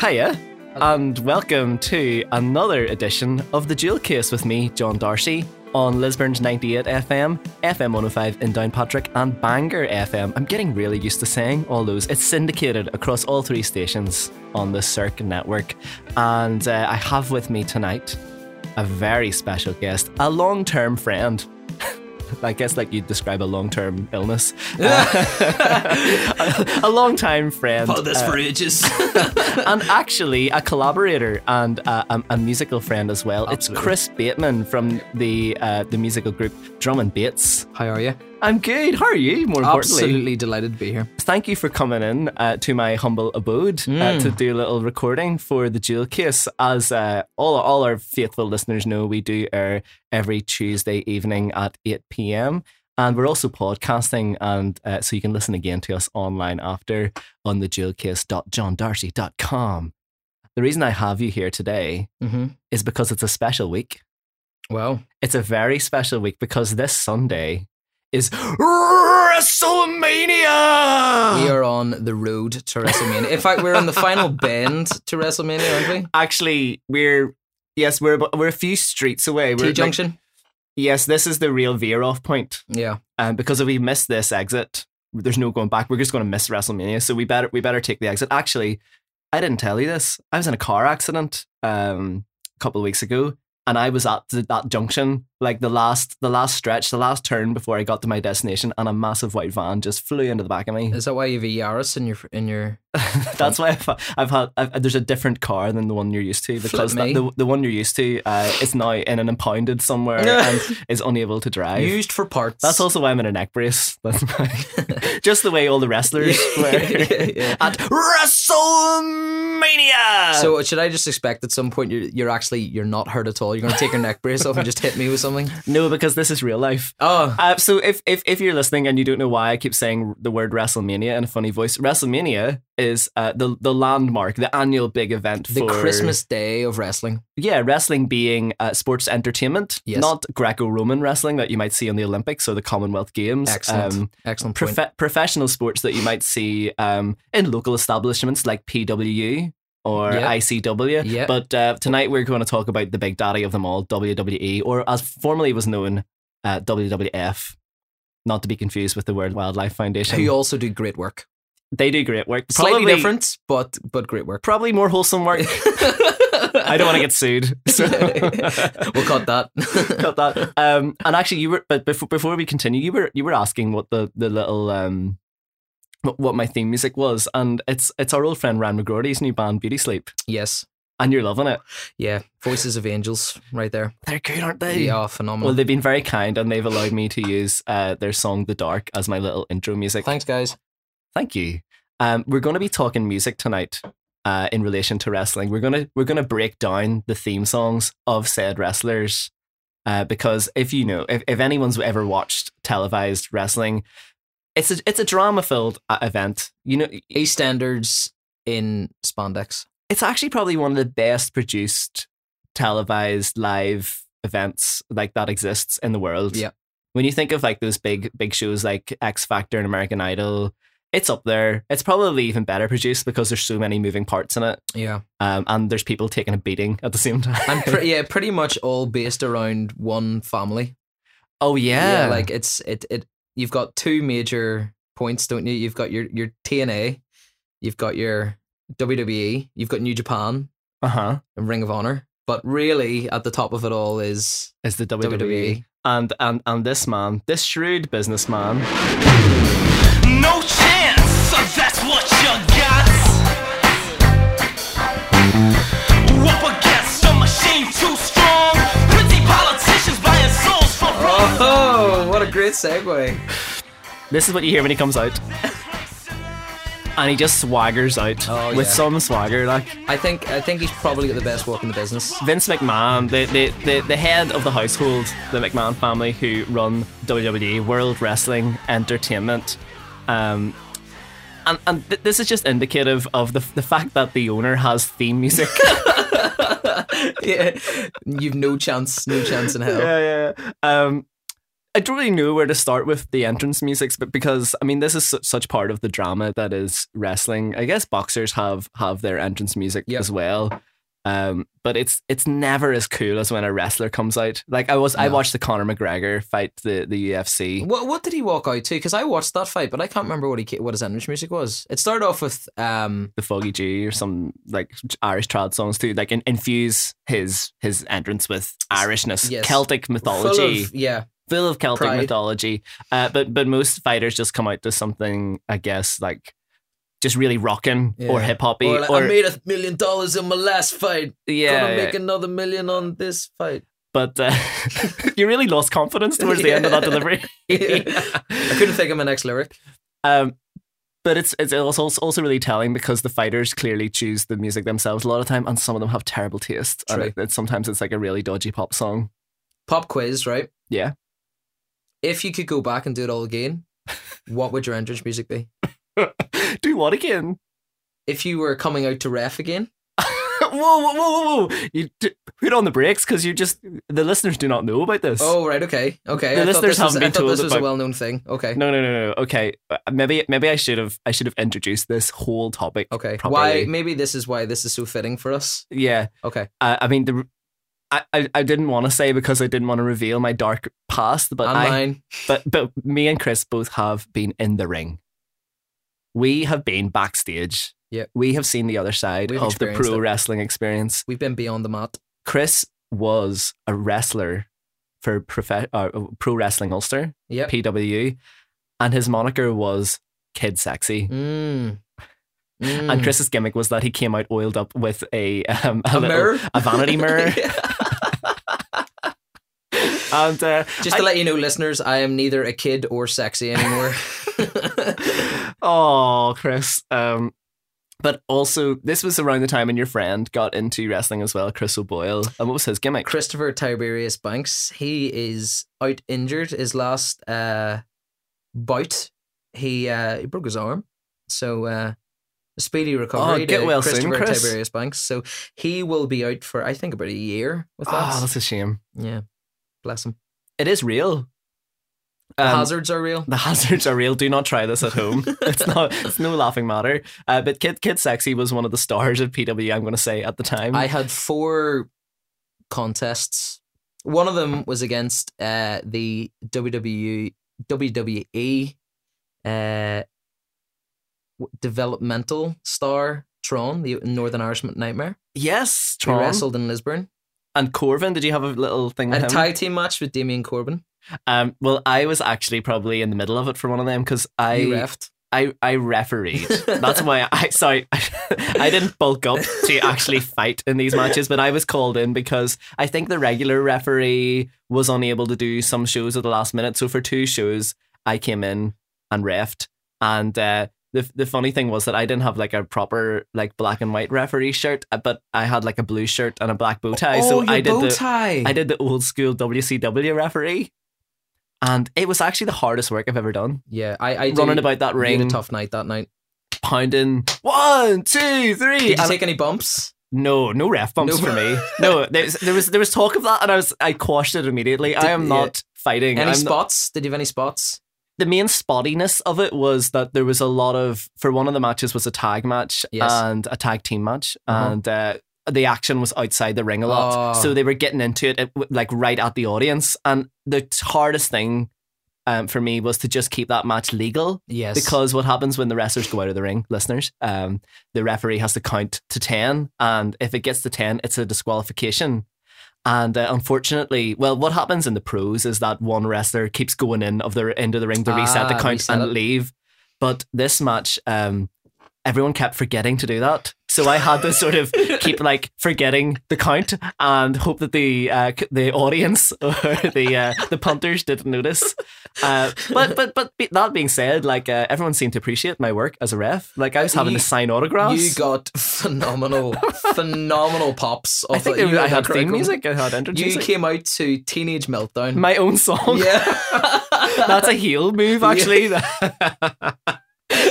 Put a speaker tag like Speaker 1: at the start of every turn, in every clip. Speaker 1: Hiya, and welcome to another edition of The Jewel Case with me, John Darcy, on Lisburn's 98 FM, FM 105 in Downpatrick, and Bangor FM. I'm getting really used to saying all those. It's syndicated across all three stations on the Circ network. And uh, I have with me tonight a very special guest, a long term friend. I guess, like you'd describe a long term illness. Uh, a long time friend
Speaker 2: Oh, this for ages.
Speaker 1: and actually a collaborator and a, a, a musical friend as well. It's
Speaker 2: Absolutely.
Speaker 1: Chris Bateman from the uh, the musical group Drum and Bates.
Speaker 2: How are you?
Speaker 1: I'm good. How are you? More importantly,
Speaker 2: Absolutely delighted to be here.
Speaker 1: thank you for coming in uh, to my humble abode uh, to do a little recording for the Jewel Case. As uh, all all our faithful listeners know, we do air every Tuesday evening at eight pm. And we're also podcasting, and uh, so you can listen again to us online after on the jewelcase.johndarcy.com. The reason I have you here today
Speaker 2: Mm-hmm.
Speaker 1: is because it's a special week.
Speaker 2: Wow.
Speaker 1: It's a very special week because this Sunday is WrestleMania.
Speaker 2: We are on the road to WrestleMania. In fact, we're on the final bend to WrestleMania, aren't
Speaker 1: actually we're yes we're abo- we're a few streets away
Speaker 2: we?
Speaker 1: we're
Speaker 2: T
Speaker 1: like-
Speaker 2: Junction.
Speaker 1: yes this is the real veer off point
Speaker 2: Yeah.
Speaker 1: um, because if we miss this exit there's no going back we're just going to miss wrestlemania so we better we better take the exit actually i didn't tell you this i was in a car accident um, a couple of weeks ago and i was at the, that junction like the last the last stretch the last turn before i got to my destination and a massive white van just flew into the back of me
Speaker 2: Is that why you have a Yaris in your in your?
Speaker 1: That's why I've, I've had I've, there's a different car than the one you're used to because
Speaker 2: Flip
Speaker 1: that,
Speaker 2: me.
Speaker 1: the, the one you're used to uh, is now in an impounded somewhere and is unable to drive.
Speaker 2: Used for parts.
Speaker 1: That's also why I'm in a neck brace. That's why. just the way all the wrestlers
Speaker 2: Yeah,
Speaker 1: wear
Speaker 2: yeah.
Speaker 1: at WrestleMania.
Speaker 2: So should I just expect at some point you're you're actually you're not hurt at all? You're going to take your neck brace off and just hit me with something?
Speaker 1: no, because this is real life.
Speaker 2: Oh,
Speaker 1: Uh, so if, if if you're listening and you don't know why I keep saying the word WrestleMania in a funny voice, WrestleMania is uh, the the landmark, the annual big event
Speaker 2: the
Speaker 1: for
Speaker 2: Christmas day of wrestling.
Speaker 1: yeah, wrestling being uh, sports entertainment,
Speaker 2: Yes.
Speaker 1: not Greco-Roman wrestling that you might see in the Olympics or the Commonwealth Games.
Speaker 2: Excellent,
Speaker 1: Um,
Speaker 2: excellent point.
Speaker 1: profe- professional sports that you might see um, in local establishments like PWU or
Speaker 2: Yeah.
Speaker 1: ICW.
Speaker 2: Yeah.
Speaker 1: But uh, tonight we're going to talk about the big daddy of them all, WWE, or as formerly was known, uh, WWF. Not to be confused with the World Wildlife Foundation.
Speaker 2: Who also do great work.
Speaker 1: they do great work.
Speaker 2: Slightly
Speaker 1: Probably-
Speaker 2: different, but but great work.
Speaker 1: Probably more wholesome work. I
Speaker 2: I
Speaker 1: don't want to get sued. So.
Speaker 2: we'll cut that.
Speaker 1: got that. Um, and actually, you were. But before before we continue, you were you were asking what the the little um, what, what my theme music was, and it's it's our old friend Ryan McGrody's new band Beauty Sleep,
Speaker 2: yes.
Speaker 1: and you're loving it.
Speaker 2: Yeah. Voices of Angels, right there.
Speaker 1: They're good, aren't they?
Speaker 2: Yeah, phenomenal.
Speaker 1: Well, they've been very kind, and they've allowed me to use uh, their song "The Dark" as my little intro music.
Speaker 2: Thanks, guys.
Speaker 1: Thank you. Um, we're going to be talking music tonight. Uh, in relation to wrestling, we're gonna we're gonna break down the theme songs of said wrestlers, uh, because if you know if, if anyone's ever watched televised wrestling, it's a it's a drama filled uh, event. You know,
Speaker 2: EastEnders in spandex.
Speaker 1: it's actually probably one of the best produced televised live events like that exists in the world.
Speaker 2: Yeah.
Speaker 1: When you think of like those big big shows like X Factor and American Idol, it's up there. It's probably even better produced because there's so many moving parts in it,
Speaker 2: Yeah.
Speaker 1: um, and there's people taking a beating at the same time.
Speaker 2: And pre- yeah, pretty much all based around one family.
Speaker 1: oh yeah,
Speaker 2: Like it's it it you've got two major points, don't you? You've got your your TNA, you've got your WWE, you've got New Japan
Speaker 1: uh huh.
Speaker 2: and Ring of Honor. But really at the top of it all is
Speaker 1: Is the WWE.
Speaker 2: WWE.
Speaker 1: E. and and and this man, this shrewd businessman,
Speaker 3: No chance, so that's what you got. Up against a machine too strong. Pretty politicians buying souls for profit.
Speaker 2: Oh, what a great segue.
Speaker 1: this is what you hear when he comes out, and he just swaggers out
Speaker 2: Oh,
Speaker 1: with
Speaker 2: yeah.
Speaker 1: some swagger, like.
Speaker 2: I think I think he's probably got the best work in the business.
Speaker 1: Vince McMahon, the, the, the, the head of the household, the McMahon family who run WWE, World Wrestling Entertainment. Um, and and th- this is just indicative of the, the fact that the owner has theme music.
Speaker 2: yeah. You've no chance, no chance in hell.
Speaker 1: yeah, yeah. Um, I don't really know where to start with the entrance music, but because I mean, this is su- such part of the drama that is wrestling. I guess boxers have have their entrance music
Speaker 2: Yep.
Speaker 1: as well, um, but it's it's never as cool as when a wrestler comes out. Like I was, I
Speaker 2: No.
Speaker 1: watched the Conor McGregor fight the the UFC.
Speaker 2: What what did he walk out to? Because I watched that fight, but I can't remember what he ca- what his entrance music was. It started off with um
Speaker 1: The Foggy G or some like Irish trad songs too, like in, infuse his his entrance with Irishness,
Speaker 2: Yes.
Speaker 1: Celtic
Speaker 2: full
Speaker 1: mythology.
Speaker 2: of- yeah,
Speaker 1: full of Celtic
Speaker 2: Pride.
Speaker 1: mythology. Uh, but but most fighters just come out to something, I guess, like just really rocking or
Speaker 2: Yeah.
Speaker 1: hip hoppy
Speaker 2: or,
Speaker 1: or,
Speaker 2: like, I made a million dollars in my last fight.
Speaker 1: yeah.
Speaker 2: Gonna make
Speaker 1: yeah.
Speaker 2: another million on this fight.
Speaker 1: But uh, you really lost confidence towards the end of that
Speaker 2: Yeah.
Speaker 1: delivery.
Speaker 2: I couldn't think of my next lyric.
Speaker 1: Um, but it's it's also also really telling because the fighters clearly choose the music themselves a lot of time, and some of them have terrible taste. And
Speaker 2: True.
Speaker 1: it- it's- sometimes it's like a really dodgy pop song.
Speaker 2: Pop quiz, right?
Speaker 1: Yeah.
Speaker 2: If you could go back and do it all again, what would your entrance music be?
Speaker 1: Do what again?
Speaker 2: If you were coming out to ref again,
Speaker 1: whoa, whoa, whoa, whoa! whoa. You d- put on the brakes because you just the listeners do not know about this.
Speaker 2: Oh right, okay, okay.
Speaker 1: The
Speaker 2: I thought
Speaker 1: listeners
Speaker 2: this was,
Speaker 1: haven't
Speaker 2: I
Speaker 1: been
Speaker 2: thought this
Speaker 1: told
Speaker 2: was
Speaker 1: about-
Speaker 2: a well-known thing. Okay,
Speaker 1: No, no, no, no. Okay, Uh, maybe maybe I should have I should have introduced this whole topic.
Speaker 2: okay.
Speaker 1: properly.
Speaker 2: Why? Maybe this is why this is so fitting for us.
Speaker 1: Yeah,
Speaker 2: Okay,
Speaker 1: uh, I mean the. I, I, I didn't want to say because I didn't want to reveal my dark past, but
Speaker 2: and
Speaker 1: I,
Speaker 2: mine.
Speaker 1: but but me and Chris both have been in the ring. We have been backstage.
Speaker 2: Yep.
Speaker 1: We have seen the other side
Speaker 2: We've
Speaker 1: of the
Speaker 2: experienced
Speaker 1: pro
Speaker 2: it.
Speaker 1: wrestling experience.
Speaker 2: We've been beyond the mat.
Speaker 1: Chris was a wrestler for profe- uh, pro wrestling Ulster
Speaker 2: Yep.
Speaker 1: PWU, and his moniker was Kid Sexy.
Speaker 2: Mm. Mm.
Speaker 1: And Chris's gimmick was that he came out oiled up with a um, a,
Speaker 2: a
Speaker 1: little-
Speaker 2: mirror,
Speaker 1: a vanity mirror.
Speaker 2: Yeah.
Speaker 1: and uh,
Speaker 2: Just to let you know, listeners, I am neither a kid or sexy anymore.
Speaker 1: oh, Chris. Um, but also, this was around the time when your friend got into wrestling as well, Chris O'Boyle. And what was his gimmick?
Speaker 2: Christopher Tiberius Banks. He is out injured. His last uh, bout, he uh, he broke his arm. So uh, a speedy recovery.
Speaker 1: Oh, get
Speaker 2: to
Speaker 1: well soon,
Speaker 2: Christopher
Speaker 1: Chris.
Speaker 2: Tiberius Banks. So he will be out for I think about a year with
Speaker 1: Oh,
Speaker 2: us.
Speaker 1: that's a shame.
Speaker 2: Yeah, bless him.
Speaker 1: It is real.
Speaker 2: The
Speaker 1: Um,
Speaker 2: hazards are real.
Speaker 1: The hazards are real. Do not try this at home. It's not. It's no laughing matter. Uh, but Kid Kid Sexy was one of the stars of PW. I'm going to say at the time.
Speaker 2: I had four contests. One of them was against uh, the E, WWE WWE uh, w- developmental star Tron, the Northern Irish Nightmare.
Speaker 1: yes,
Speaker 2: We
Speaker 1: Tron
Speaker 2: wrestled in Lisburn.
Speaker 1: and Corvin. Did you have a little thing with
Speaker 2: And a
Speaker 1: him?
Speaker 2: tag team match with Damien Corbin.
Speaker 1: Um, well, I was actually probably in the middle of it for one of them because
Speaker 2: I,
Speaker 1: I,
Speaker 2: you reffed.
Speaker 1: I I refereed. That's why I sorry I didn't bulk up to actually fight in these matches, but I was called in because I think the regular referee was unable to do some shows at the last minute. So for two shows, I came in and refed. And uh, the the funny thing was that I didn't have like a proper like black and white referee shirt, uh, but I had like a blue shirt and a black bow tie. so
Speaker 2: Oh,
Speaker 1: I did the
Speaker 2: tie.
Speaker 1: I did the old school WCW referee, and it was actually the hardest work I've ever done.
Speaker 2: yeah, I, I
Speaker 1: running
Speaker 2: do-
Speaker 1: about that
Speaker 2: We had
Speaker 1: ring,
Speaker 2: a tough night that night.
Speaker 1: pounding one, two, three.
Speaker 2: Did you
Speaker 1: and-
Speaker 2: take any bumps?
Speaker 1: no, no ref bumps
Speaker 2: No-
Speaker 1: for me. No, there was, there was there was talk of that, and I was I quashed it immediately. I am
Speaker 2: yeah.
Speaker 1: not fighting.
Speaker 2: Any
Speaker 1: I'm not-
Speaker 2: spots? Did you have any spots?
Speaker 1: the main spottiness of it was that there was a lot of for one of the matches was a tag match
Speaker 2: Yes.
Speaker 1: and a tag team match
Speaker 2: Uh-huh.
Speaker 1: and uh, the action was outside the ring a lot
Speaker 2: Oh.
Speaker 1: so they were getting into it, it w- like right at the audience and the t- hardest thing um, for me was to just keep that match legal
Speaker 2: Yes.
Speaker 1: because what happens when the wrestlers go out of the ring, listeners, um, the referee has to count to 10. And if it gets to 10, it's a disqualification. And uh, unfortunately, well, what happens in the pros is that one wrestler keeps going in of their into the ring to reset the
Speaker 2: Ah,
Speaker 1: count
Speaker 2: reset
Speaker 1: and
Speaker 2: it.
Speaker 1: leave. But this match, um, everyone kept forgetting to do that. So I had to sort of keep like forgetting the count and hope that the uh, c- the audience or the uh, the punters didn't notice. Uh, but but but be- that being said, like uh, everyone seemed to appreciate my work as a ref. Like I was having
Speaker 2: You-
Speaker 1: to sign autographs.
Speaker 2: You got phenomenal, phenomenal pops. Of
Speaker 1: I think
Speaker 2: the, you
Speaker 1: I had
Speaker 2: that
Speaker 1: theme
Speaker 2: crowd.
Speaker 1: music. I had entrance
Speaker 2: You
Speaker 1: music.
Speaker 2: came out to Teenage Meltdown.
Speaker 1: my own song.
Speaker 2: yeah.
Speaker 1: That's a heel move, actually.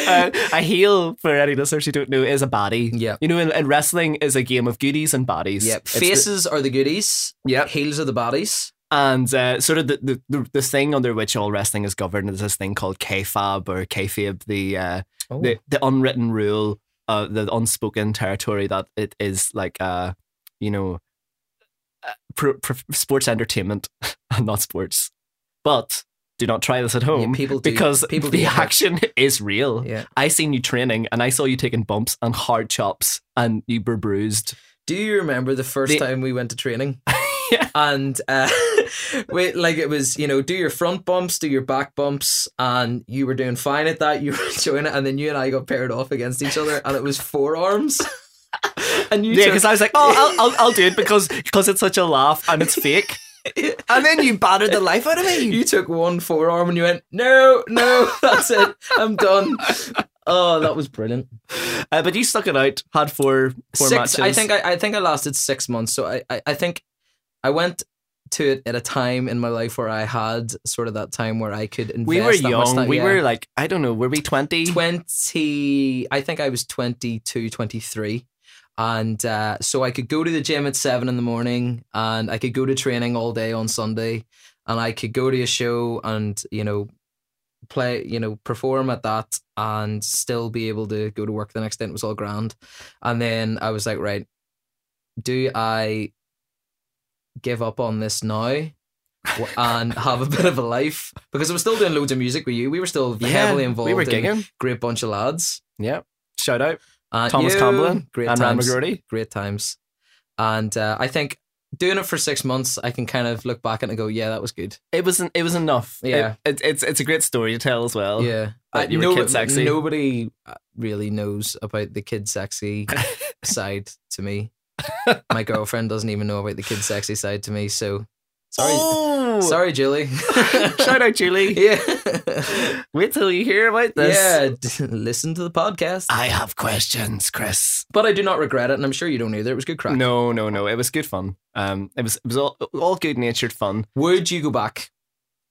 Speaker 1: Uh, a heel, for any listeners who don't know, is a baddie.
Speaker 2: yeah.
Speaker 1: You know, in, in wrestling, is a game of goodies and baddies.
Speaker 2: Yep.
Speaker 1: It's the-
Speaker 2: Faces are the goodies.
Speaker 1: Yep.
Speaker 2: Heels are the baddies.
Speaker 1: And uh, sort of the, the, the, the thing under which all wrestling is governed is this thing called KFAB or KFAB, the uh,
Speaker 2: Oh.
Speaker 1: the, the unwritten rule, uh, the unspoken territory that it is like, uh, you know, uh, pr- pr- sports entertainment and not sports. But do not try this at
Speaker 2: Yeah,
Speaker 1: home
Speaker 2: people do,
Speaker 1: Oh, because
Speaker 2: people
Speaker 1: the
Speaker 2: do hurt.
Speaker 1: action is real.
Speaker 2: Yeah.
Speaker 1: I seen you training and I saw you taking bumps and hard chops and you were bruised.
Speaker 2: Do you remember the first
Speaker 1: The-
Speaker 2: time we went to training?
Speaker 1: Yeah.
Speaker 2: And uh, we, like it was, you know, do your front bumps, do your back bumps, and you were doing fine at that. You were enjoying it, and then you and I got paired off against each other, and it was forearms. and you
Speaker 1: yeah,
Speaker 2: took-
Speaker 1: because I was like, oh, I'll, I'll, I'll do it because because it's such a laugh and it's fake. and then you battered the life out of me.
Speaker 2: you took one forearm and you went, no, no, that's it, I'm done. Oh, that was brilliant.
Speaker 1: Uh, but you stuck it out. Had four four
Speaker 2: six,
Speaker 1: matches.
Speaker 2: I think I, I think I lasted six months. So I, I, I think I went to it at a time in my life where I had sort of that time where I could invest.
Speaker 1: we were
Speaker 2: that much
Speaker 1: young.
Speaker 2: time-
Speaker 1: we
Speaker 2: yeah.
Speaker 1: were like, I don't know, were we 20?
Speaker 2: 20 I think I was 22 23 and uh, so I could go to the gym at 7 in the morning and I could go to training all day on Sunday and I could go to a show and you know play you know perform at that and still be able to go to work the next day and it was all grand and then I was like right do I give up on this now W- and have a bit of a life because I was still doing loads of music with you we were still heavily involved
Speaker 1: We were
Speaker 2: in-
Speaker 1: gigging.
Speaker 2: great bunch of lads.
Speaker 1: Yeah. Shout out.
Speaker 2: Uh,
Speaker 1: Thomas
Speaker 2: you,
Speaker 1: Cumberland
Speaker 2: great
Speaker 1: and Rand
Speaker 2: times,
Speaker 1: McGrory.
Speaker 2: great times. And uh, I think doing it for six months, I can kind of look back at it and go, yeah, that was good.
Speaker 1: It was not it was enough. It-
Speaker 2: Yeah.
Speaker 1: it- it's it's a great story to tell as well.
Speaker 2: yeah,
Speaker 1: but
Speaker 2: I-
Speaker 1: you were
Speaker 2: no-
Speaker 1: kid sexy.
Speaker 2: Nobody uh, really knows about the kid sexy side to me. My girlfriend doesn't even know about the kid sexy side to me. So sorry,
Speaker 1: Oh!
Speaker 2: sorry, Julie.
Speaker 1: Shout out, Julie.
Speaker 2: yeah,
Speaker 1: Wait till you hear about this.
Speaker 2: yeah. d- Listen to the podcast.
Speaker 1: I have questions, Chris.
Speaker 2: But I do not regret it, and I'm sure you don't either. It was good crack.
Speaker 1: No, no, no. It was good fun. Um, it was it was all all good natured fun.
Speaker 2: Would you go back?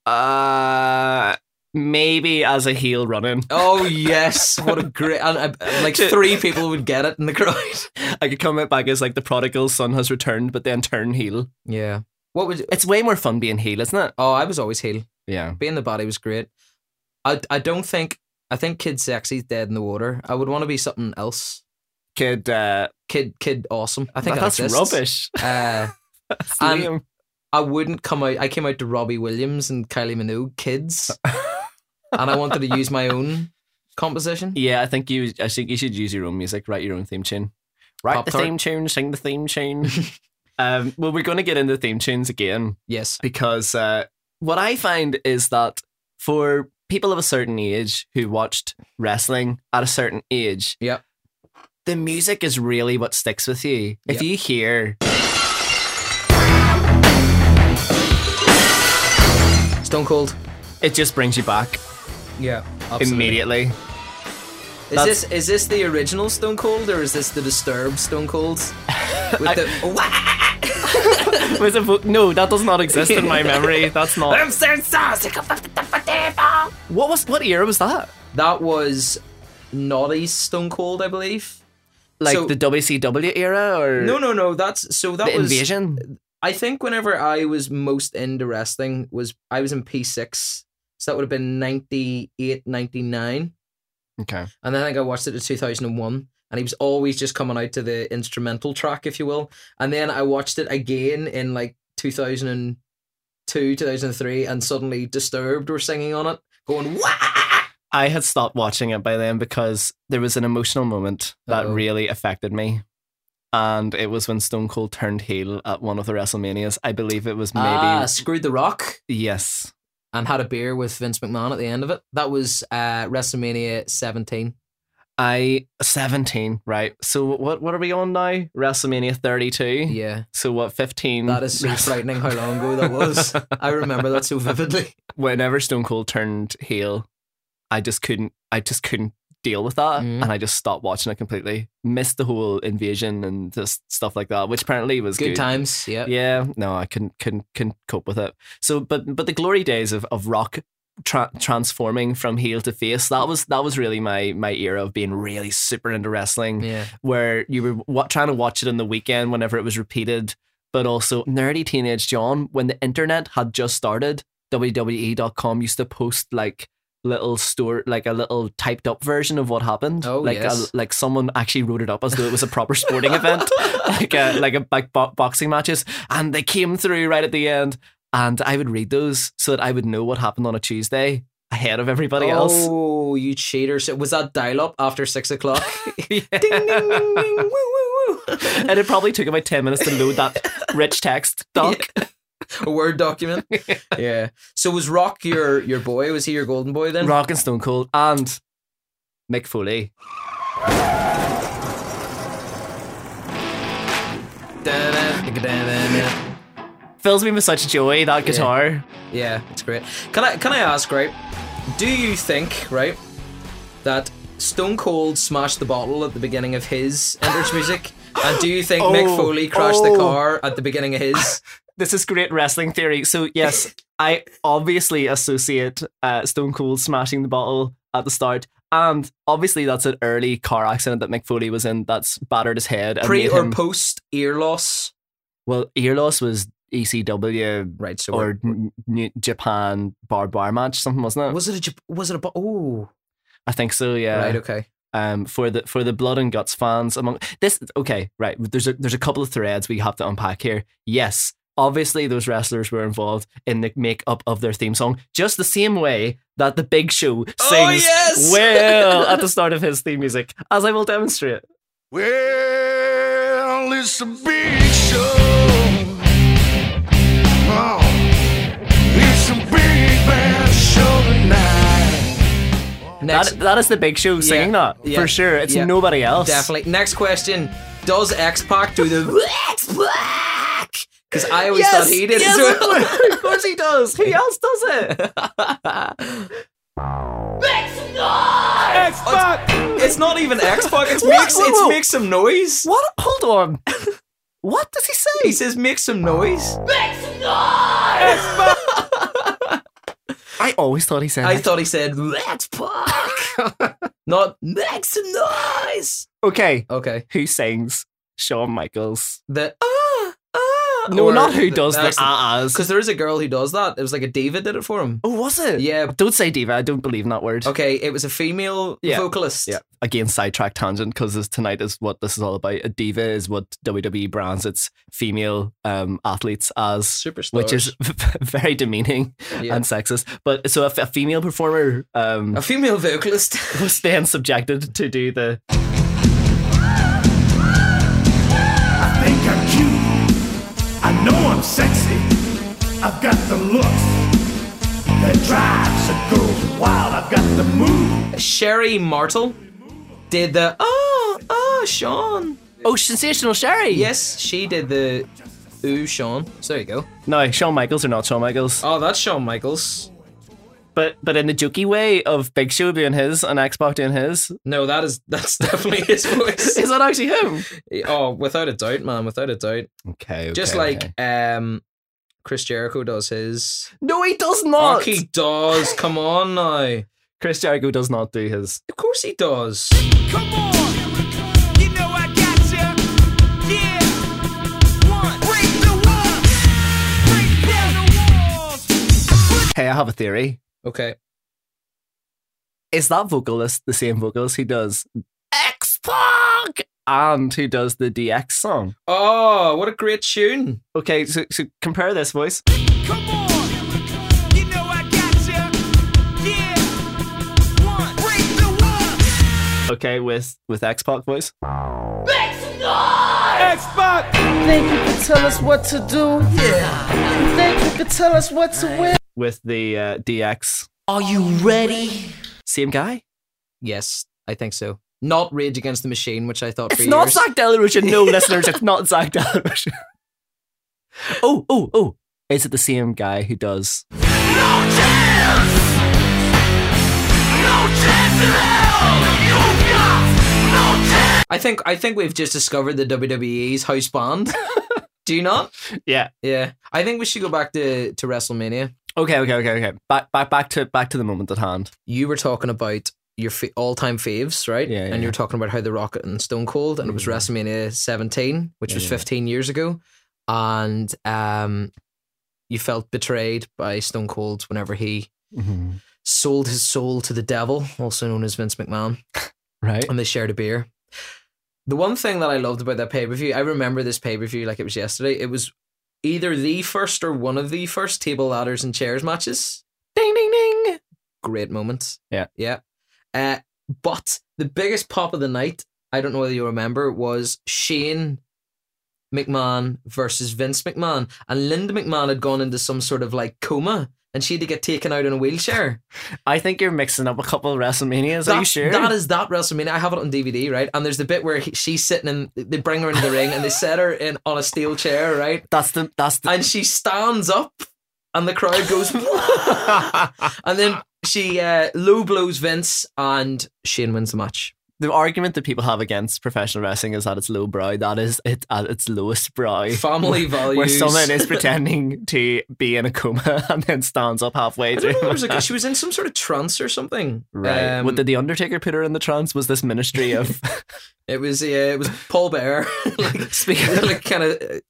Speaker 1: Uh, maybe as a heel running,
Speaker 2: Oh yes, what a great! And, uh, like three people would get it in the crowd.
Speaker 1: I could come back as like the prodigal son has returned, but then turn heel.
Speaker 2: Yeah. What would?
Speaker 1: It's way more fun being heel, isn't it?
Speaker 2: Oh, I was always heel.
Speaker 1: Yeah.
Speaker 2: Being the body was great. I I don't think I think Kid Sexy's dead in the water. I would want to be something else.
Speaker 1: Kid, uh,
Speaker 2: Kid Kid Awesome. I think
Speaker 1: that-
Speaker 2: that
Speaker 1: that's
Speaker 2: exists.
Speaker 1: rubbish.
Speaker 2: Uh,
Speaker 1: That's
Speaker 2: And-
Speaker 1: lame.
Speaker 2: I wouldn't come out. I came out to Robbie Williams and Kylie Minogue, kids, and I wanted to use my own composition.
Speaker 1: Yeah, I think you. I think you should use your own music. Write your own theme tune. Write the
Speaker 2: Pop-Tart.
Speaker 1: theme tune. Sing the theme tune. um, well, we're going to get into theme tunes again
Speaker 2: Yes.
Speaker 1: because uh, what I find is that for people of a certain age who watched wrestling at a certain age,
Speaker 2: Yep.
Speaker 1: the music is really what sticks with you. If
Speaker 2: Yep.
Speaker 1: you hear
Speaker 2: Stone Cold.
Speaker 1: it, just brings you back
Speaker 2: Yeah. Absolutely.
Speaker 1: immediately.
Speaker 2: Is
Speaker 1: That's-
Speaker 2: this is this the original Stone Cold or is this the disturbed Stone Cold? With the
Speaker 1: With a vo- no, that does not exist in my memory. That's not.
Speaker 2: I'm so sorry.
Speaker 1: What was what era was that?
Speaker 2: That was naughty Stone Cold, I believe.
Speaker 1: Like
Speaker 2: So-
Speaker 1: the WCW era or
Speaker 2: No, no, no. That's so that
Speaker 1: the
Speaker 2: was.
Speaker 1: invasion?
Speaker 2: I think whenever I was most into wrestling was I was in P six, so that would have been 98, 99. uh,
Speaker 1: Okay.
Speaker 2: and I think I watched it in 2001. And he was always just coming out to the instrumental track, if you will. And then I watched it again in like 2002, 2003, and suddenly Disturbed were singing on it, going, Wah!
Speaker 1: I had stopped watching it by then because there was an emotional moment that
Speaker 2: Uh-oh.
Speaker 1: really affected me. And it was when Stone Cold turned heel at one of the WrestleManias. I believe it was maybe
Speaker 2: Ah, screwed the rock
Speaker 1: yes.
Speaker 2: and had a beer with Vince McMahon at the end of it. That was uh, WrestleMania 17.
Speaker 1: I 17, right. So what what are we on now? WrestleMania 32.
Speaker 2: Yeah.
Speaker 1: So what 15?
Speaker 2: That is so frightening how long ago that was. I remember that so vividly.
Speaker 1: whenever Stone Cold turned heel, I just couldn't I just couldn't deal with that
Speaker 2: Mm.
Speaker 1: and I just stopped watching it completely. Missed the whole invasion and just stuff like that, which apparently was
Speaker 2: Good, times. Yeah.
Speaker 1: Yeah, no, I couldn't couldn't couldn't cope with it. So, but but the glory days of of rock tra- transforming from heel to face that was that was really my my era of being really super into wrestling,
Speaker 2: Yeah.
Speaker 1: where you were wa trying to watch it on the weekend whenever it was repeated. but also nerdy teenage John, when the internet had just started, WWE.com used to post like little store, like a little typed up version of what happened.
Speaker 2: Oh,
Speaker 1: like
Speaker 2: yes.
Speaker 1: a, like someone actually wrote it up as though it was a proper sporting event, like a, like a like bo- boxing matches, and they came through right at the end. And I would read those so that I would know what happened on a Tuesday ahead of everybody else.
Speaker 2: Oh, you cheater! So was that dial up after six o'clock?
Speaker 1: Yeah.
Speaker 2: ding ding ding ding! Woo woo woo!
Speaker 1: and it probably took about 10 minutes to load that rich text doc.
Speaker 2: A word document. yeah. So was Rock your your boy? Was he your golden boy then?
Speaker 1: Rock and Stone Cold and Mick Foley.
Speaker 2: Da-da-da-da-da-da.
Speaker 1: Fills me with such joy, that guitar.
Speaker 2: Yeah, it's great. Can I can I ask, right? Do you think, right, that Stone Cold smashed the bottle at the beginning of his entrance music? And do you think Mick
Speaker 1: Oh,
Speaker 2: Foley crashed the
Speaker 1: oh.
Speaker 2: car at the beginning of his?
Speaker 1: This is great wrestling theory. So, yes, I obviously associate uh, Stone Cold smashing the bottle at the start. And obviously, that's an early car accident that Mick Foley was in that's battered his head. And
Speaker 2: Pre
Speaker 1: made
Speaker 2: or
Speaker 1: him-
Speaker 2: post ear loss?
Speaker 1: Well, ear loss was ECW
Speaker 2: Right, so
Speaker 1: or N- New Japan barbed wire match, something, wasn't it?
Speaker 2: was it a Jap- was it a bo- oh
Speaker 1: I think so, yeah.
Speaker 2: right okay
Speaker 1: um, for the for the blood and guts fans among this okay right there's a there's a couple of threads we have to unpack here yes obviously those wrestlers were involved in the makeup of their theme song just the same way that the big show sings
Speaker 2: Oh, yes!
Speaker 1: well at the start of his theme music as i will demonstrate
Speaker 4: Well, it's a big show. Oh, it's a big band show tonight.
Speaker 2: next
Speaker 1: that, that is the big show singing that
Speaker 2: yeah,
Speaker 1: for sure it's
Speaker 2: yeah,
Speaker 1: nobody else
Speaker 2: definitely next question does X Pac do the X Pac? Because I always
Speaker 1: yes,
Speaker 2: thought he did
Speaker 1: yes,
Speaker 2: as well.
Speaker 1: of course he does who else does it
Speaker 2: It's not even Xbox. It's
Speaker 1: What?
Speaker 2: makes
Speaker 1: Whoa,
Speaker 2: it's
Speaker 1: whoa.
Speaker 2: make some noise.
Speaker 1: what hold on what does he
Speaker 2: He
Speaker 1: say
Speaker 2: says make some noise.
Speaker 1: i always thought he said
Speaker 2: I
Speaker 1: it.
Speaker 2: thought he said let's park, not make some noise.
Speaker 1: okay
Speaker 2: Okay.
Speaker 1: who sings Shawn Michaels.
Speaker 2: The ah ah.
Speaker 1: No, not who does the
Speaker 2: that.
Speaker 1: ah-ahs.
Speaker 2: Because there is a girl who does that. It was like a David did it for him.
Speaker 1: Oh, was it?
Speaker 2: Yeah.
Speaker 1: Don't say diva. I don't believe in that word.
Speaker 2: Okay. It was a female
Speaker 1: Yeah.
Speaker 2: vocalist.
Speaker 1: Yeah. Again, sidetrack tangent because tonight is what this is all about. A diva is what WWE brands its female um, athletes as,
Speaker 2: Superstar.
Speaker 1: which is very demeaning
Speaker 2: Yeah.
Speaker 1: and sexist. But so if a female performer um,
Speaker 2: a female vocalist.
Speaker 1: was then subjected to do the
Speaker 4: I think I'm cute. I know I'm sexy. I've got the looks that drives a girl wild. I've got the mood.
Speaker 2: Sherry Martel did the ah ah Sean.
Speaker 1: oh sensational Sherry.
Speaker 2: Yes, she did the ooh Sean. So there you go.
Speaker 1: No, Shawn Michaels or not Shawn Michaels,
Speaker 2: Oh, that's Shawn Michaels.
Speaker 1: but but in the jokey way of Big Show doing his and Xbox doing his.
Speaker 2: No, that is that's definitely his voice.
Speaker 1: Is that actually him?
Speaker 2: oh, without a doubt, man, without a doubt.
Speaker 1: Okay.
Speaker 2: Just
Speaker 1: okay,
Speaker 2: like
Speaker 1: okay.
Speaker 2: um Chris Jericho does his.
Speaker 1: no, he does
Speaker 2: Oh,
Speaker 1: not.
Speaker 2: he does. Come on now.
Speaker 1: Chris Jericho does not do his.
Speaker 2: Of course he does.
Speaker 5: Come on, you know I got ya. Yeah, one, break the walls, break down the walls.
Speaker 1: Hey, I have a theory.
Speaker 2: Okay.
Speaker 1: Is that vocalist the same vocalist who does X Pac and who does the DX song?
Speaker 2: Oh, what a great tune.
Speaker 1: Okay, so, so compare this voice.
Speaker 5: Come on, you know I got ya. Yeah, one, break the walls.
Speaker 1: Okay, with with X Pac voice. X Pac. Think you could tell us what to do? Yeah. Think you could tell us what to win? With the uh, DX. Are you ready? uh, Same guy.
Speaker 2: Yes, I think so. Not Rage Against the Machine, which I thought
Speaker 1: It's
Speaker 2: for
Speaker 1: not
Speaker 2: years.
Speaker 1: Zach Delarusia. No, listeners, it's not Zach Delarusia. oh, oh, oh. Is it the same guy who does?
Speaker 3: No chance! No chance in hell! You got no chance!
Speaker 2: I think I think we've just discovered the WWE's E house band. Do you not?
Speaker 1: Yeah.
Speaker 2: Yeah. I think we should go back to, to WrestleMania.
Speaker 1: Okay, okay, okay, okay. Back, back, back to back to the moment at hand.
Speaker 2: you were talking about your fa- all-time faves, right?
Speaker 1: Yeah, yeah, Mm.
Speaker 2: And you
Speaker 1: yeah.
Speaker 2: were talking about how The Rock and Stone Cold, and it was WrestleMania 17, which was 15 years ago. and um, you felt betrayed by Stone Cold whenever he Mm-hmm.
Speaker 1: Mhm.
Speaker 2: sold his soul to the devil, also known as Vince McMahon
Speaker 1: Right.
Speaker 2: and they shared a beer. The one thing that I loved about that pay per view, I remember this pay per view like it was yesterday. It was either the first or one of the first table ladders and chairs matches. Ding ding ding! Great moment.
Speaker 1: Yeah.
Speaker 2: yeah. Uh, but the biggest pop of the night, I don't know whether you remember, was Shane McMahon versus Vince McMahon, and Linda McMahon had gone into some sort of like coma, and she had to get taken out in a wheelchair.
Speaker 1: I think you're mixing up a couple of WrestleManias. Are you
Speaker 2: That-
Speaker 1: sure?
Speaker 2: That is that WrestleMania. I have it on DVD, right? And there's the bit where he, she's sitting in, they bring her into the ring and they set her in on a steel chair, right?
Speaker 1: That's the that's the
Speaker 2: And she stands up and the crowd goes, and then she uh, low blows Vince and Shane wins the match.
Speaker 1: the argument that people have against professional wrestling is that it's low brow. That is it at its lowest brow.
Speaker 2: Family values.
Speaker 1: Where someone is pretending to be in a coma and then stands up halfway
Speaker 2: I
Speaker 1: through.
Speaker 2: don't know, there was like, she was in some sort of trance or something.
Speaker 1: Right.
Speaker 2: Um,
Speaker 1: what did the Undertaker put her in the trance? Was this ministry of
Speaker 2: it was yeah, it was Paul Bear. like,
Speaker 1: Speaking-
Speaker 2: like kind of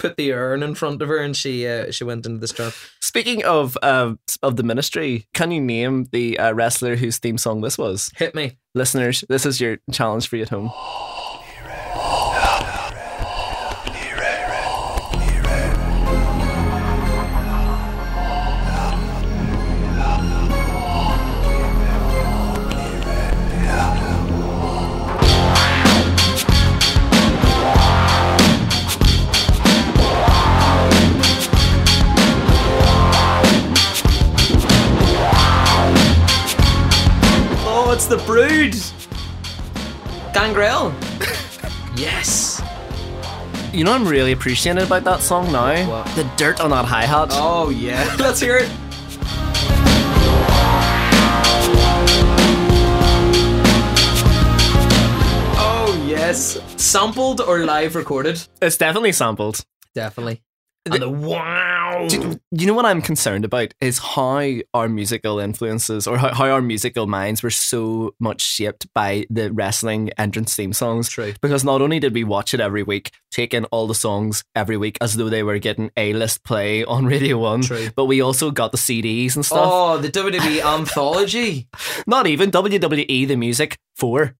Speaker 2: put the urn in front of her and she uh, she went into this trance.
Speaker 1: Speaking of uh, of the ministry, can you name the uh, wrestler whose theme song this was?
Speaker 2: Hit me.
Speaker 1: Listeners, this is your challenge for you at home.
Speaker 2: Oh, it's the brood. Gangrel. yes.
Speaker 1: You know, what I'm really appreciating about that song now.
Speaker 2: What?
Speaker 1: The dirt on that hi hat.
Speaker 2: Oh yeah. Let's hear it. Oh yes. Sampled or live recorded?
Speaker 1: It's definitely sampled.
Speaker 2: Definitely. And the wow.
Speaker 1: You know what I'm concerned about is how our musical influences or how, how our musical minds were so much shaped by the wrestling entrance theme songs.
Speaker 2: True.
Speaker 1: Because not only did we watch it every week, take in all the songs every week as though they were getting A list play on Radio 1,
Speaker 2: True.
Speaker 1: but we also got the CDs and stuff.
Speaker 2: Oh, the WWE anthology.
Speaker 1: Not even WWE The Music 4,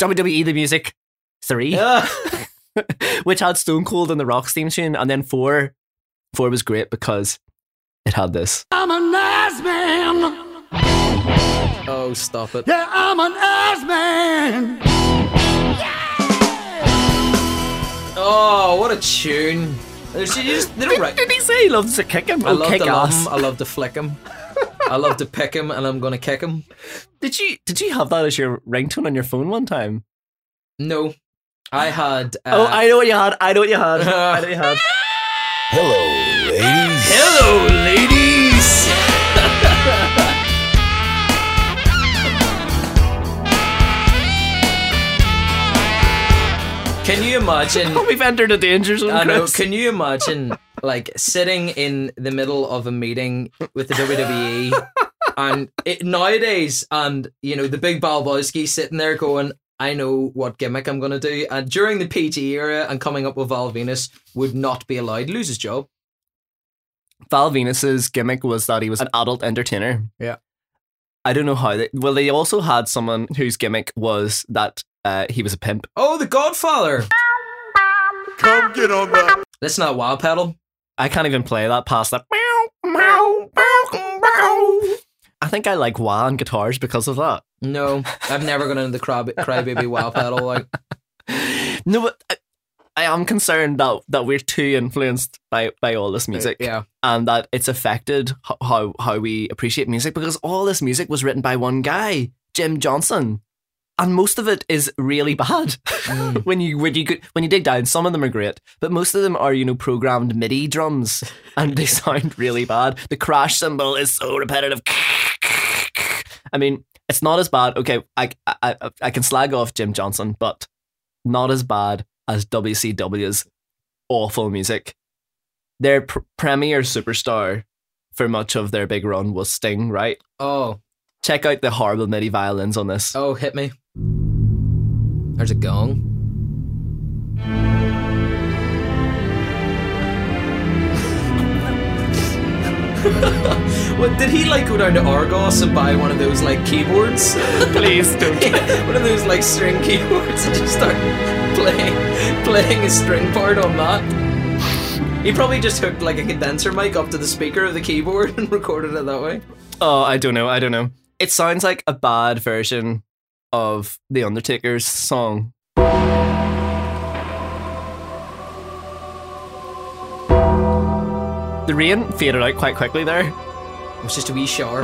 Speaker 1: WWE E The Music 3,
Speaker 2: Yeah.
Speaker 1: which had Stone Cold and The Rock's theme tune, and then 4. 4 was great because it had this.
Speaker 6: I'm an ass man.
Speaker 2: Oh, stop it.
Speaker 6: Yeah, I'm an ass man.
Speaker 2: Oh, what a tune. There's- You just, they don't write.
Speaker 1: Did he say he loves to kick him?
Speaker 2: I
Speaker 1: Oh,
Speaker 2: love
Speaker 1: kick
Speaker 2: to love
Speaker 1: ass.
Speaker 2: him. I love to flick him. I love to pick him, and I'm gonna kick him.
Speaker 1: Did you did you have that as your ringtone on your phone one time?
Speaker 2: No, I had. Uh,
Speaker 1: oh, I know what you had. I know what you had. I know what you had.
Speaker 2: hello, ladies. Can you imagine?
Speaker 1: Oh, we've entered a danger zone.
Speaker 2: I know.
Speaker 1: Chris.
Speaker 2: Uh, Can you imagine, like, sitting in the middle of a meeting with the WWE, and it, nowadays, and you know, the big Balbowski sitting there going, "I know what gimmick I'm going to do," and during the PG era, and coming up with Val Venus would not be allowed. Lose his job.
Speaker 1: Val Venus's gimmick was that he was an adult entertainer.
Speaker 2: Yeah.
Speaker 1: I don't know how they. Well, they also had someone whose gimmick was that uh, he was a pimp.
Speaker 2: Oh, the Godfather. Come get on that. That's not wow pedal.
Speaker 1: I can't even play that past that. I think I like wah on guitars because of that.
Speaker 2: No, I've never gone into the cry, crybaby wow pedal. Like,
Speaker 1: No, but I, I am concerned that, that we're too influenced by, by all this music.
Speaker 2: yeah,
Speaker 1: and that it's affected h- how how we appreciate music because all this music was written by one guy, Jim Johnson, and most of it is really bad. when you when you go- when you dig down, some of them are great, but most of them are you know programmed MIDI drums, and they sound really bad. The crash cymbal is so repetitive. I mean, it's not as bad. Okay, I I I- I can slag off Jim Johnson, but not as bad as WCW's awful music their pr- premier superstar for much of their big run was Sting, right?
Speaker 2: Oh,
Speaker 1: Check out the horrible MIDI violins on this.
Speaker 2: oh, hit me. There's a gong. What did he like go down to Argos and buy one of those like keyboards?
Speaker 1: Please don't.
Speaker 2: one of those like string keyboards and just start playing playing a string part on that. He probably just hooked like a condenser mic up to the speaker of the keyboard and recorded it that way.
Speaker 1: Oh, I don't know. I don't know. It sounds like a bad version of The Undertaker's song. The rain faded out quite quickly there.
Speaker 2: It was just a wee shower.